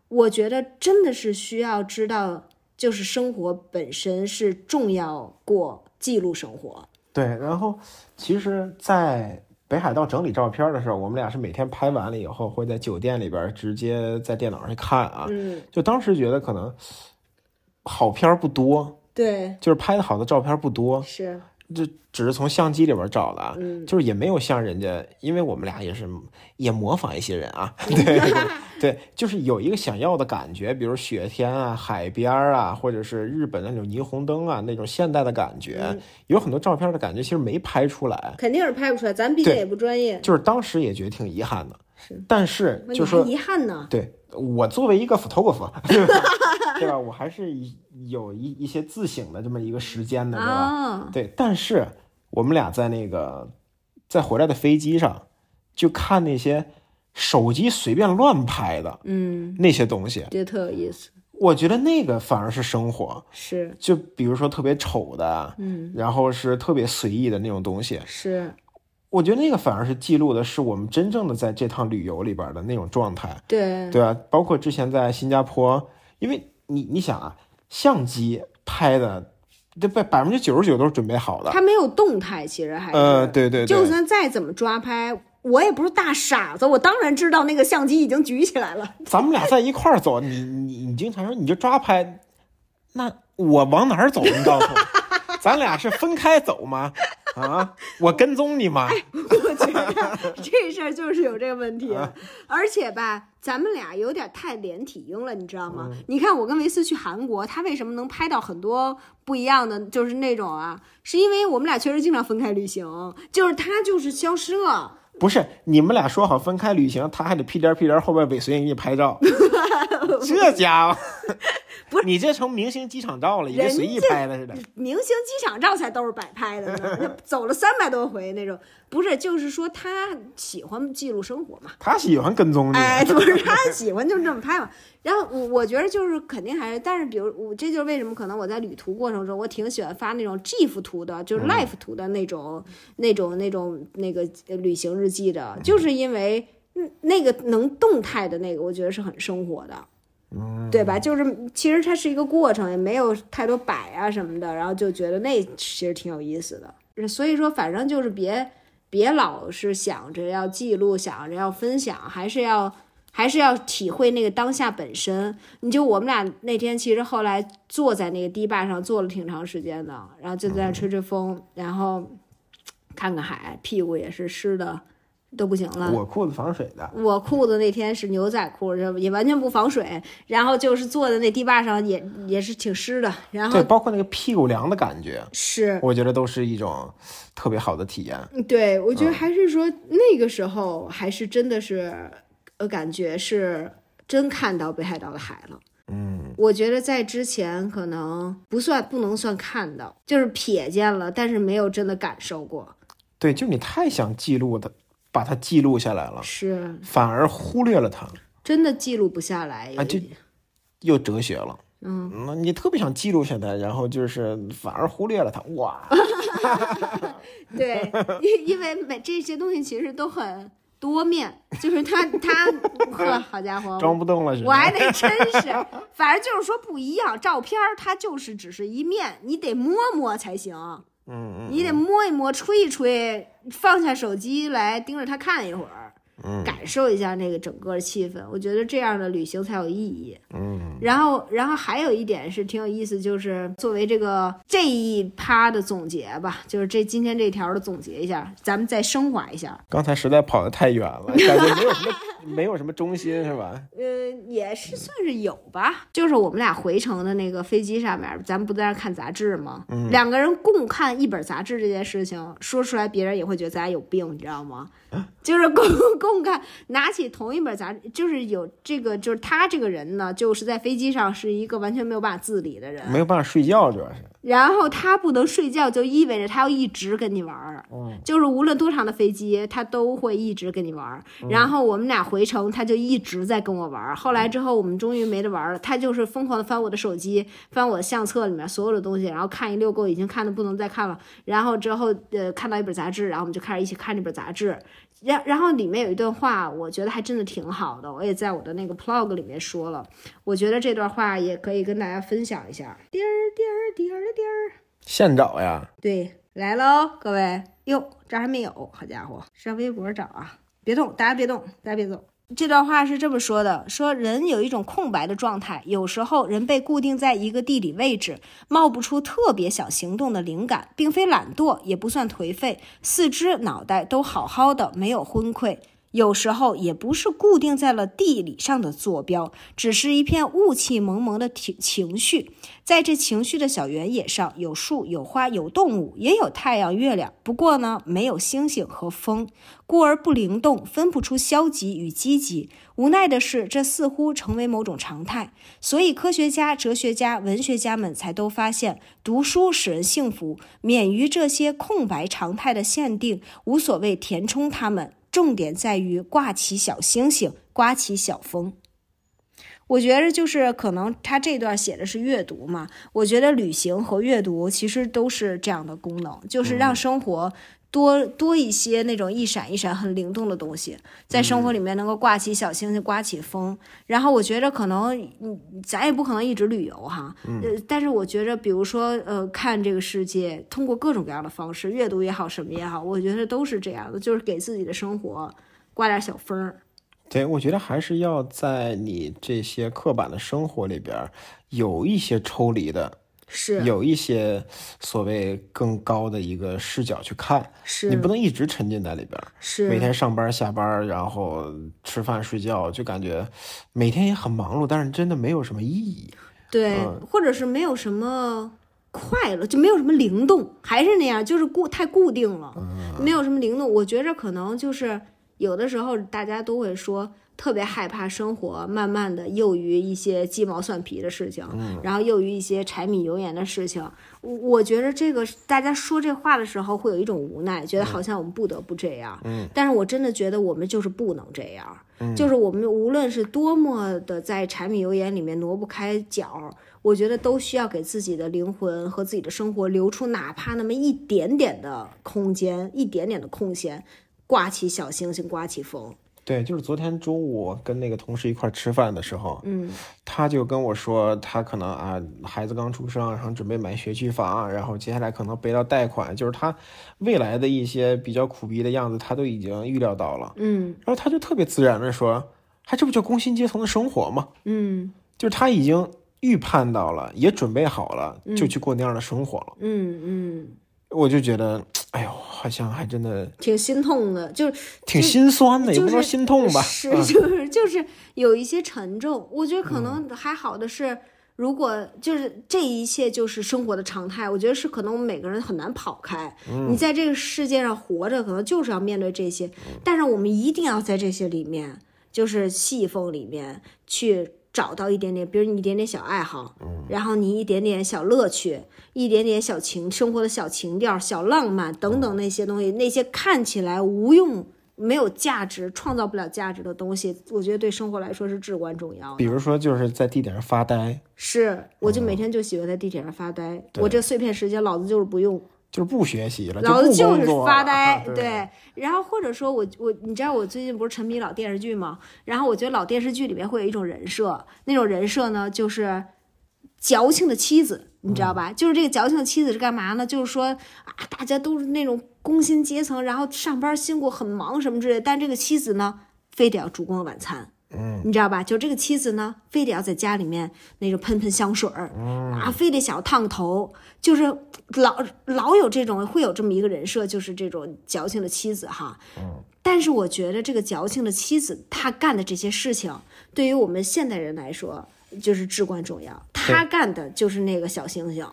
Speaker 1: 我觉得真的是需要知道，就是生活本身是重要过记录生活。
Speaker 2: 对。然后，其实，在北海道整理照片的时候，我们俩是每天拍完了以后，会在酒店里边直接在电脑上去看啊。
Speaker 1: 嗯，
Speaker 2: 就当时觉得可能好片儿不多，
Speaker 1: 对，
Speaker 2: 就是拍的好的照片不多，
Speaker 1: 是。
Speaker 2: 这只是从相机里边找的啊，
Speaker 1: 嗯
Speaker 2: 就是也没有像人家，因为我们俩也是也模仿一些人啊， 对对，就是有一个想要的感觉，比如雪天啊、海边啊，或者是日本的那种霓虹灯啊，那种现代的感觉，有很多照片的感觉其实没拍出来，
Speaker 1: 肯定是拍不出来，咱毕竟
Speaker 2: 对
Speaker 1: 也不专业。
Speaker 2: 就是当时也觉得挺遗憾的，
Speaker 1: 是
Speaker 2: 但是
Speaker 1: 那你
Speaker 2: 就
Speaker 1: 还
Speaker 2: 说
Speaker 1: 遗憾呢，
Speaker 2: 对我作为一个 photographer，对吧？ 对吧？我还是有一一些自省的这么一个时间的，对吧？
Speaker 1: 啊，
Speaker 2: 对，但是我们俩在那个在回来的飞机上，就看那些手机随便乱拍的
Speaker 1: 嗯，
Speaker 2: 那些东西，
Speaker 1: 觉得特有意思，
Speaker 2: 我觉得那个反而是生活。
Speaker 1: 是，
Speaker 2: 就比如说特别丑的，
Speaker 1: 嗯，
Speaker 2: 然后是特别随意的那种东西，
Speaker 1: 是，
Speaker 2: 我觉得那个反而是记录的是我们真正的在这趟旅游里边的那种状态，
Speaker 1: 对，
Speaker 2: 对啊，包括之前在新加坡，因为你你想啊，相机拍的，这百百分之九十九都是准备好的，
Speaker 1: 它没有动态，其实还是，
Speaker 2: 呃，对对对，
Speaker 1: 就算再怎么抓拍，我也不是大傻子，我当然知道那个相机已经举起来了。
Speaker 2: 咱们俩在一块儿走，你你你经常说你就抓拍，那我往哪儿走？你告 诉我，咱俩是分开走吗？啊，我跟踪你
Speaker 1: 哎
Speaker 2: 吗？
Speaker 1: 我觉得这事儿 就是有这个问题，而且吧，咱们俩有点太连体婴了，你知道吗？你看我跟维斯去韩国，他为什么能拍到很多不一样的，就是那种啊，是因为我们俩确实经常分开旅行，就是他就是消失了。
Speaker 2: 不是，你们俩说好分开旅行，他还得屁颠儿屁颠儿后边尾随你 拍照，这家伙，
Speaker 1: 不
Speaker 2: 是你这成明星机场照了，也跟随意拍的似的。
Speaker 1: 明星机场照才都是摆拍的呢，那走了三百多回那种，不是，就是说他喜欢记录生活嘛，
Speaker 2: 他喜欢跟踪你，
Speaker 1: 哎，不是他喜欢就这么拍嘛。然后我我觉得就是肯定还是，但是比如我这就是为什么可能我在旅途过程中，我挺喜欢发那种 GIF 图的，就是 Life 图的那种、那种那种那个呃旅行日记的，就是因为嗯那个能动态的那个，我觉得是很生活的。对吧？就是其实它是一个过程，也没有太多摆啊什么的，然后就觉得那其实挺有意思的。所以说，反正就是别别老是想着要记录，想着要分享，还是要还是要体会那个当下本身。你就我们俩那天其实后来坐在那个堤坝上坐了挺长时间的，然后就在那吹吹
Speaker 2: 嗯
Speaker 1: 风，然后看看海，屁股也是湿的，都不行了。
Speaker 2: 我裤子防水的，
Speaker 1: 我裤子那天是牛仔裤，是吧也完全不防水，然后就是坐在那堤坝上也也是挺湿的，然后
Speaker 2: 对，包括那个屁股凉的感觉，
Speaker 1: 是
Speaker 2: 我觉得都是一种特别好的体验。
Speaker 1: 对，我
Speaker 2: 嗯
Speaker 1: 觉得还是说那个时候还是真的是，呃，感觉是真看到北海道的海了。
Speaker 2: 嗯，
Speaker 1: 我觉得在之前可能不算不能算看到，就是瞥见了，但是没有真的感受过。
Speaker 2: 对，就是你太想记录的，把它记录下来了，
Speaker 1: 是
Speaker 2: 反而忽略了它，
Speaker 1: 真的记录不下来。
Speaker 2: 啊就又哲学了。嗯，那你特别想记录下来，然后就是反而忽略了它，哇，
Speaker 1: 对，因因为每这些东西其实都很多面，就是他他， 呵，好家伙，
Speaker 2: 装不动了是
Speaker 1: 我
Speaker 2: 吧？
Speaker 1: 还得真 是，反正就是说不一样。照片儿它就是只是一面，你得摸摸才行，
Speaker 2: 嗯嗯
Speaker 1: 你得摸一摸、吹一吹，放下手机来盯着它看一会儿，
Speaker 2: 嗯
Speaker 1: 感受一下那个整个气氛。我觉得这样的旅行才有意义。
Speaker 2: 嗯，
Speaker 1: 然后，然后还有一点是挺有意思，就是作为这个这一趴的总结吧，就是这今天这条的总结一下，咱们再升华一下。
Speaker 2: 刚才实在跑得太远了，感觉没有什么 没有什么中心是吧？
Speaker 1: 呃，也是算是有吧，就是我们俩回程的那个飞机上面，咱们不在那儿看杂志吗？两个人共看一本杂志这件事情，说出来别人也会觉得咱俩有病，你知道吗？ 就是共共看，拿起同一本杂志，就是有这个，就是他这个人呢，就是在飞机上是一个完全没有办法自理的人，
Speaker 2: 没有办法睡觉，主要是。
Speaker 1: 然后他不能睡觉，就意味着他要一直跟你玩儿，就是无论多长的飞机，他都会一直跟你玩儿。然后我们俩回程，他就一直在跟我玩儿。后来之后，我们终于没得玩儿了，他就是疯狂的翻我的手机，翻我的相册里面所有的东西，然后看一溜够，已经看的不能再看了。然后之后，呃，看到一本杂志，然后我们就开始一起看这本杂志。然然后里面有一段话，我觉得还真的挺好的，我也在我的那个 plog 里面说了，我觉得这段话也可以跟大家分享一下。滴儿滴儿滴儿滴儿，
Speaker 2: 现找呀，
Speaker 1: 对，来喽，各位，哟，这儿还没有，好家伙，上微博找啊！别动，大家别动，大家别动。这段话是这么说的：说人有一种空白的状态，有时候人被固定在一个地理位置，冒不出特别想行动的灵感，并非懒惰，也不算颓废，四肢脑袋都好好的，没有昏聩。有时候也不是固定在了地理上的坐标，只是一片雾气蒙蒙的情情绪。在这情绪的小原野上，有树，有花，有动物，也有太阳、月亮。不过呢，没有星星和风，故而不灵动，分不出消极与积极。无奈的是，这似乎成为某种常态。所以，科学家、哲学家、文学家们才都发现，读书使人幸福，免于这些空白常态的限定，无所谓填充它们。重点在于挂起小星星，刮起小风。我觉着就是可能他这段写的是阅读
Speaker 2: 嗯
Speaker 1: 嘛，我觉得旅行和阅读其实都是这样的功能，就是让生活多多一些那种一闪一闪很灵动的东西，在生
Speaker 2: 嗯
Speaker 1: 活里面能够挂起小星星，刮起风。然后我觉着可能，嗯咱也不可能一直旅游哈，
Speaker 2: 嗯
Speaker 1: 呃，但是我觉着，比如说，呃，看这个世界，通过各种各样的方式，阅读也好，什么也好，我觉得都是这样的，就是给自己的生活刮点小风儿。
Speaker 2: 对，我觉得还是要在你这些刻板的生活里边儿有一些抽离的，
Speaker 1: 是
Speaker 2: 有一些所谓更高的一个视角去看，你
Speaker 1: 是
Speaker 2: 不能一直沉浸在里边儿。每
Speaker 1: 是，
Speaker 2: 天上班下班，然后吃饭睡觉，就感觉每天也很忙碌，但是真的没有什么意义。
Speaker 1: 对，
Speaker 2: 嗯
Speaker 1: 或者是没有什么。快乐就没有什么灵动，还是那样，就是固太固定了。
Speaker 2: 嗯，
Speaker 1: 没有什么灵动。我觉着可能就是有的时候大家都会说特别害怕生活，慢慢的囿于一些鸡毛蒜皮的事情，
Speaker 2: 嗯
Speaker 1: 然后囿于一些柴米油盐的事情。我我觉着这个大家说这话的时候会有一种无奈，觉得好像我们不得不这样。
Speaker 2: 嗯，
Speaker 1: 但是我真的觉得我们就是不能这样。就是我们无论是多么的在柴米油盐里面挪不开脚，我觉得都需要给自己的灵魂和自己的生活留出哪怕那么一点点的空间，一点点的空闲，刮起小星星，刮起风。
Speaker 2: 对，就是昨天中午跟那个同事一块儿吃饭的时候，
Speaker 1: 嗯，
Speaker 2: 他就跟我说，他可能啊，孩子刚出生，然后准备买学区房，然后接下来可能背到贷款，就是他未来的一些比较苦逼的样子，他都已经预料到了。
Speaker 1: 嗯
Speaker 2: 然后他就特别自然的说：“还这不就工薪阶层的生活吗？
Speaker 1: 嗯
Speaker 2: 就是他已经预判到了，也准备好了，就去过那样的生活了。
Speaker 1: 嗯嗯，
Speaker 2: 我就觉得，哎呦，好像还真的
Speaker 1: 挺心痛的，就是
Speaker 2: 挺心酸的，也
Speaker 1: 就
Speaker 2: 不
Speaker 1: 是
Speaker 2: 说心痛吧。
Speaker 1: 是
Speaker 2: 嗯
Speaker 1: 就是就是有一些沉重。我觉得可能还好的是。如果就是这一切就是生活的常态，我觉得是可能我们每个人很难跑开。
Speaker 2: 嗯
Speaker 1: 你在这个世界上活着，可能就是要面对这些，
Speaker 2: 嗯
Speaker 1: 但是我们一定要在这些里面，就是细缝里面去找到一点点，比如你一点点小爱好，然后你一点点小乐趣，一点点小情生活的小情调、小浪漫等等那些东西，那些看起来无用、没有价值、创造不了价值的东西，我觉得对生活来说是至关重要的。
Speaker 2: 比如说，就是在地铁上发呆，
Speaker 1: 是，我就每天就喜欢在地铁上发呆，我这碎片时间老子就是不用。
Speaker 2: 就是不学习了，
Speaker 1: 老
Speaker 2: 不
Speaker 1: 子就
Speaker 2: 工
Speaker 1: 是
Speaker 2: 作了
Speaker 1: 发呆
Speaker 2: 啊， 对。
Speaker 1: 对。然后或者说我我你知道我最近不是沉迷老电视剧吗？然后我觉得老电视剧里面会有一种人设，那种人设呢就是矫情的妻子，你知道
Speaker 2: 嗯
Speaker 1: 吧？就是这个矫情的妻子是干嘛呢？就是说啊，大家都是那种工薪阶层，然后上班辛苦很忙什么之类的，但这个妻子呢，非得要烛光晚餐。
Speaker 2: 嗯，
Speaker 1: 你知道吧？就这个妻子呢，非得要在家里面那种喷喷香水儿，
Speaker 2: 嗯
Speaker 1: 啊，非得想要烫头，就是老老有这种会有这么一个人设，就是这种矫情的妻子哈。
Speaker 2: 嗯
Speaker 1: 但是我觉得这个矫情的妻子，她干的这些事情，对于我们现代人来说，就是至关重要。她干的就是那个小星星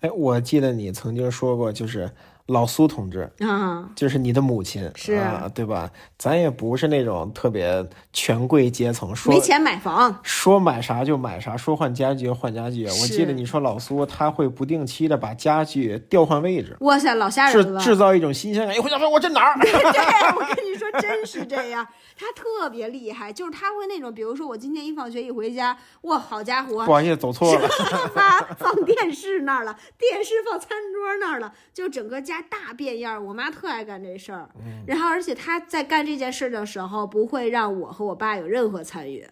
Speaker 2: 哎，我记得你曾经说过，就是老苏同志，
Speaker 1: 啊，
Speaker 2: 就是你的母亲，
Speaker 1: 是
Speaker 2: 啊，对吧？咱也不是那种特别权贵阶层，说
Speaker 1: 没钱买房，
Speaker 2: 说买啥就买啥，说换家具就换家具。我记得
Speaker 1: 是
Speaker 2: 你说老苏他会不定期的把家具调换位置，
Speaker 1: 哇塞，老吓
Speaker 2: 制
Speaker 1: 人了。
Speaker 2: 制造一种新鲜感。一回家说，我这哪儿？
Speaker 1: 对，我跟你说，真是这样。他特别厉害，就是他会那种，比如说我今天一放学一回家，哇，好家伙
Speaker 2: 不，好意思，走错了。
Speaker 1: 发放电视那儿了，电视放餐桌那儿了，就整个家大变样儿。我妈特爱干这事儿，然后而且她在干这件事的时候，不会让我和我爸有任何参与。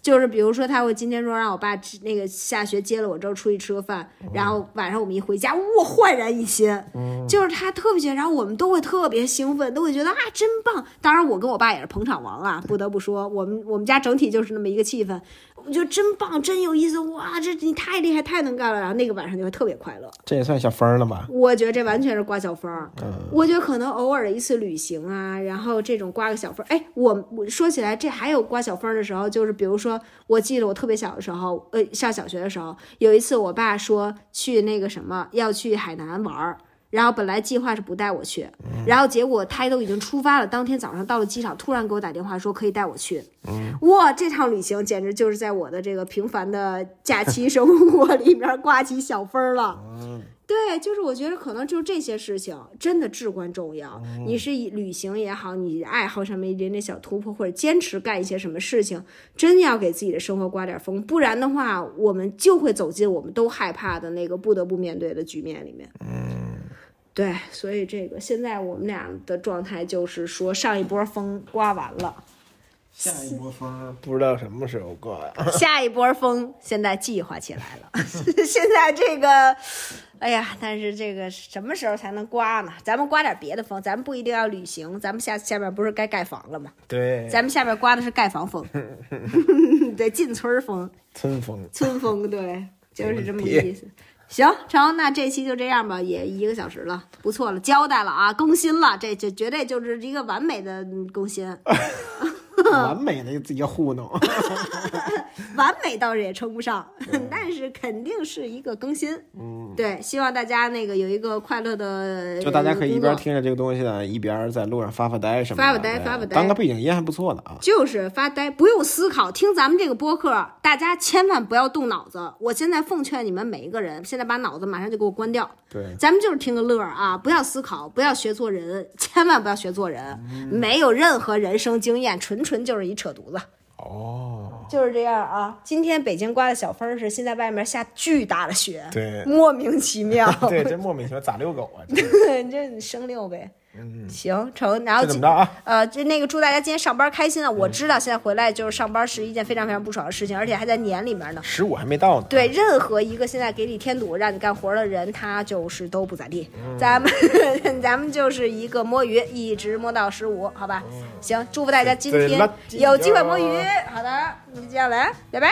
Speaker 1: 就是比如说，她会今天说让我爸吃那个下学接了我之后出去吃个饭，然后晚上我们一回家，哇，焕然一新。就是她特别喜欢，然后我们都会特别兴奋，都会觉得啊真棒。当然，我跟我爸也是捧场王啊，不得不说，我们我们家整体就是那么一个气氛。我觉得真棒，真有意思，哇，这你太厉害，太能干了。然后那个晚上就会特别快乐。
Speaker 2: 这也算小分儿了吧？
Speaker 1: 我觉得这完全是刮小风儿。我觉得可能偶尔一次旅行啊，然后这种刮个小风儿。哎，我我说起来，这还有刮小风儿的时候，就是比如说，我记得我特别小的时候，呃，上小学的时候，有一次我爸说去那个什么，要去海南玩儿。然后本来计划是不带我去，然后结果他都已经出发了。当天早上到了机场，突然给我打电话说可以带我去。哇，这趟旅行简直就是在我的这个平凡的假期生活里面刮起小风儿了。对，就是我觉得可能就这些事情真的至关重要。你是以旅行也好，你爱好上面一点点小突破，或者坚持干一些什么事情，真要给自己的生活刮点风，不然的话，我们就会走进我们都害怕的那个不得不面对的局面里面。嗯，对，所以这个现在我们俩的状态就是说，上一波风刮完了，
Speaker 2: 下一波风不知道什么时候刮呀、
Speaker 1: 下一波风现在计划起来了。 现在这个，哎呀，但是这个什么时候才能刮呢？咱们刮点别的风，咱们不一定要旅行，咱们下下面不是该盖房了吗？
Speaker 2: 对，
Speaker 1: 咱们下面刮的是盖房风， 对，进村儿风。
Speaker 2: 村风。
Speaker 1: 春风，对，就是这么个
Speaker 2: 没问题
Speaker 1: 意思。行，成，那这期就这样吧，也一个小时了，不错了，交代了啊，更新了，这这绝对就是一个完美的嗯更新，
Speaker 2: 完美的自己糊弄，
Speaker 1: 完美倒是也称不上，
Speaker 2: 嗯
Speaker 1: 但是肯定是一个更新。嗯，对，希望大家那个有一个快乐的，呃
Speaker 2: 就大家可以一边
Speaker 1: 工作
Speaker 2: 听着这个东西呢，一边在路上发发呆什么的，
Speaker 1: 发发呆
Speaker 2: 对
Speaker 1: 发发呆
Speaker 2: 当个背景音还不错的啊。
Speaker 1: 就是发呆，不用思考，听咱们这个播客，大家千万不要动脑子。我现在奉劝你们每一个人，现在把脑子马上就给我关掉。
Speaker 2: 对，
Speaker 1: 咱们就是听个乐儿啊，不要思考，不要学做人，千万不要学做人，
Speaker 2: 嗯
Speaker 1: 没有任何人生经验，纯纯就是一扯犊子，
Speaker 2: 哦，
Speaker 1: 就是这样啊。今天北京刮的小风儿是现在外面下巨大的雪，
Speaker 2: 对
Speaker 1: 莫名其妙，
Speaker 2: 对，真莫名其妙咋遛狗啊？这
Speaker 1: 你这你生溜呗。行成，然后
Speaker 2: 嗯这怎么着啊？嗯
Speaker 1: 呃，这那个祝大家今天上班开心啊！我知道现在回来就是上班是一件非常非常不爽的事情，而且还在年里面呢。
Speaker 2: 十五还没到呢。
Speaker 1: 对任何一个现在给你添堵让你干活的人，他就是都不咋地。咱们 咱们就是一个摸鱼，一直摸到十五，好吧？行，祝福大家今
Speaker 2: 对
Speaker 1: 天
Speaker 2: 垃圾
Speaker 1: 有机会摸鱼
Speaker 2: 哟。
Speaker 1: 好的，那就这样了，拜拜。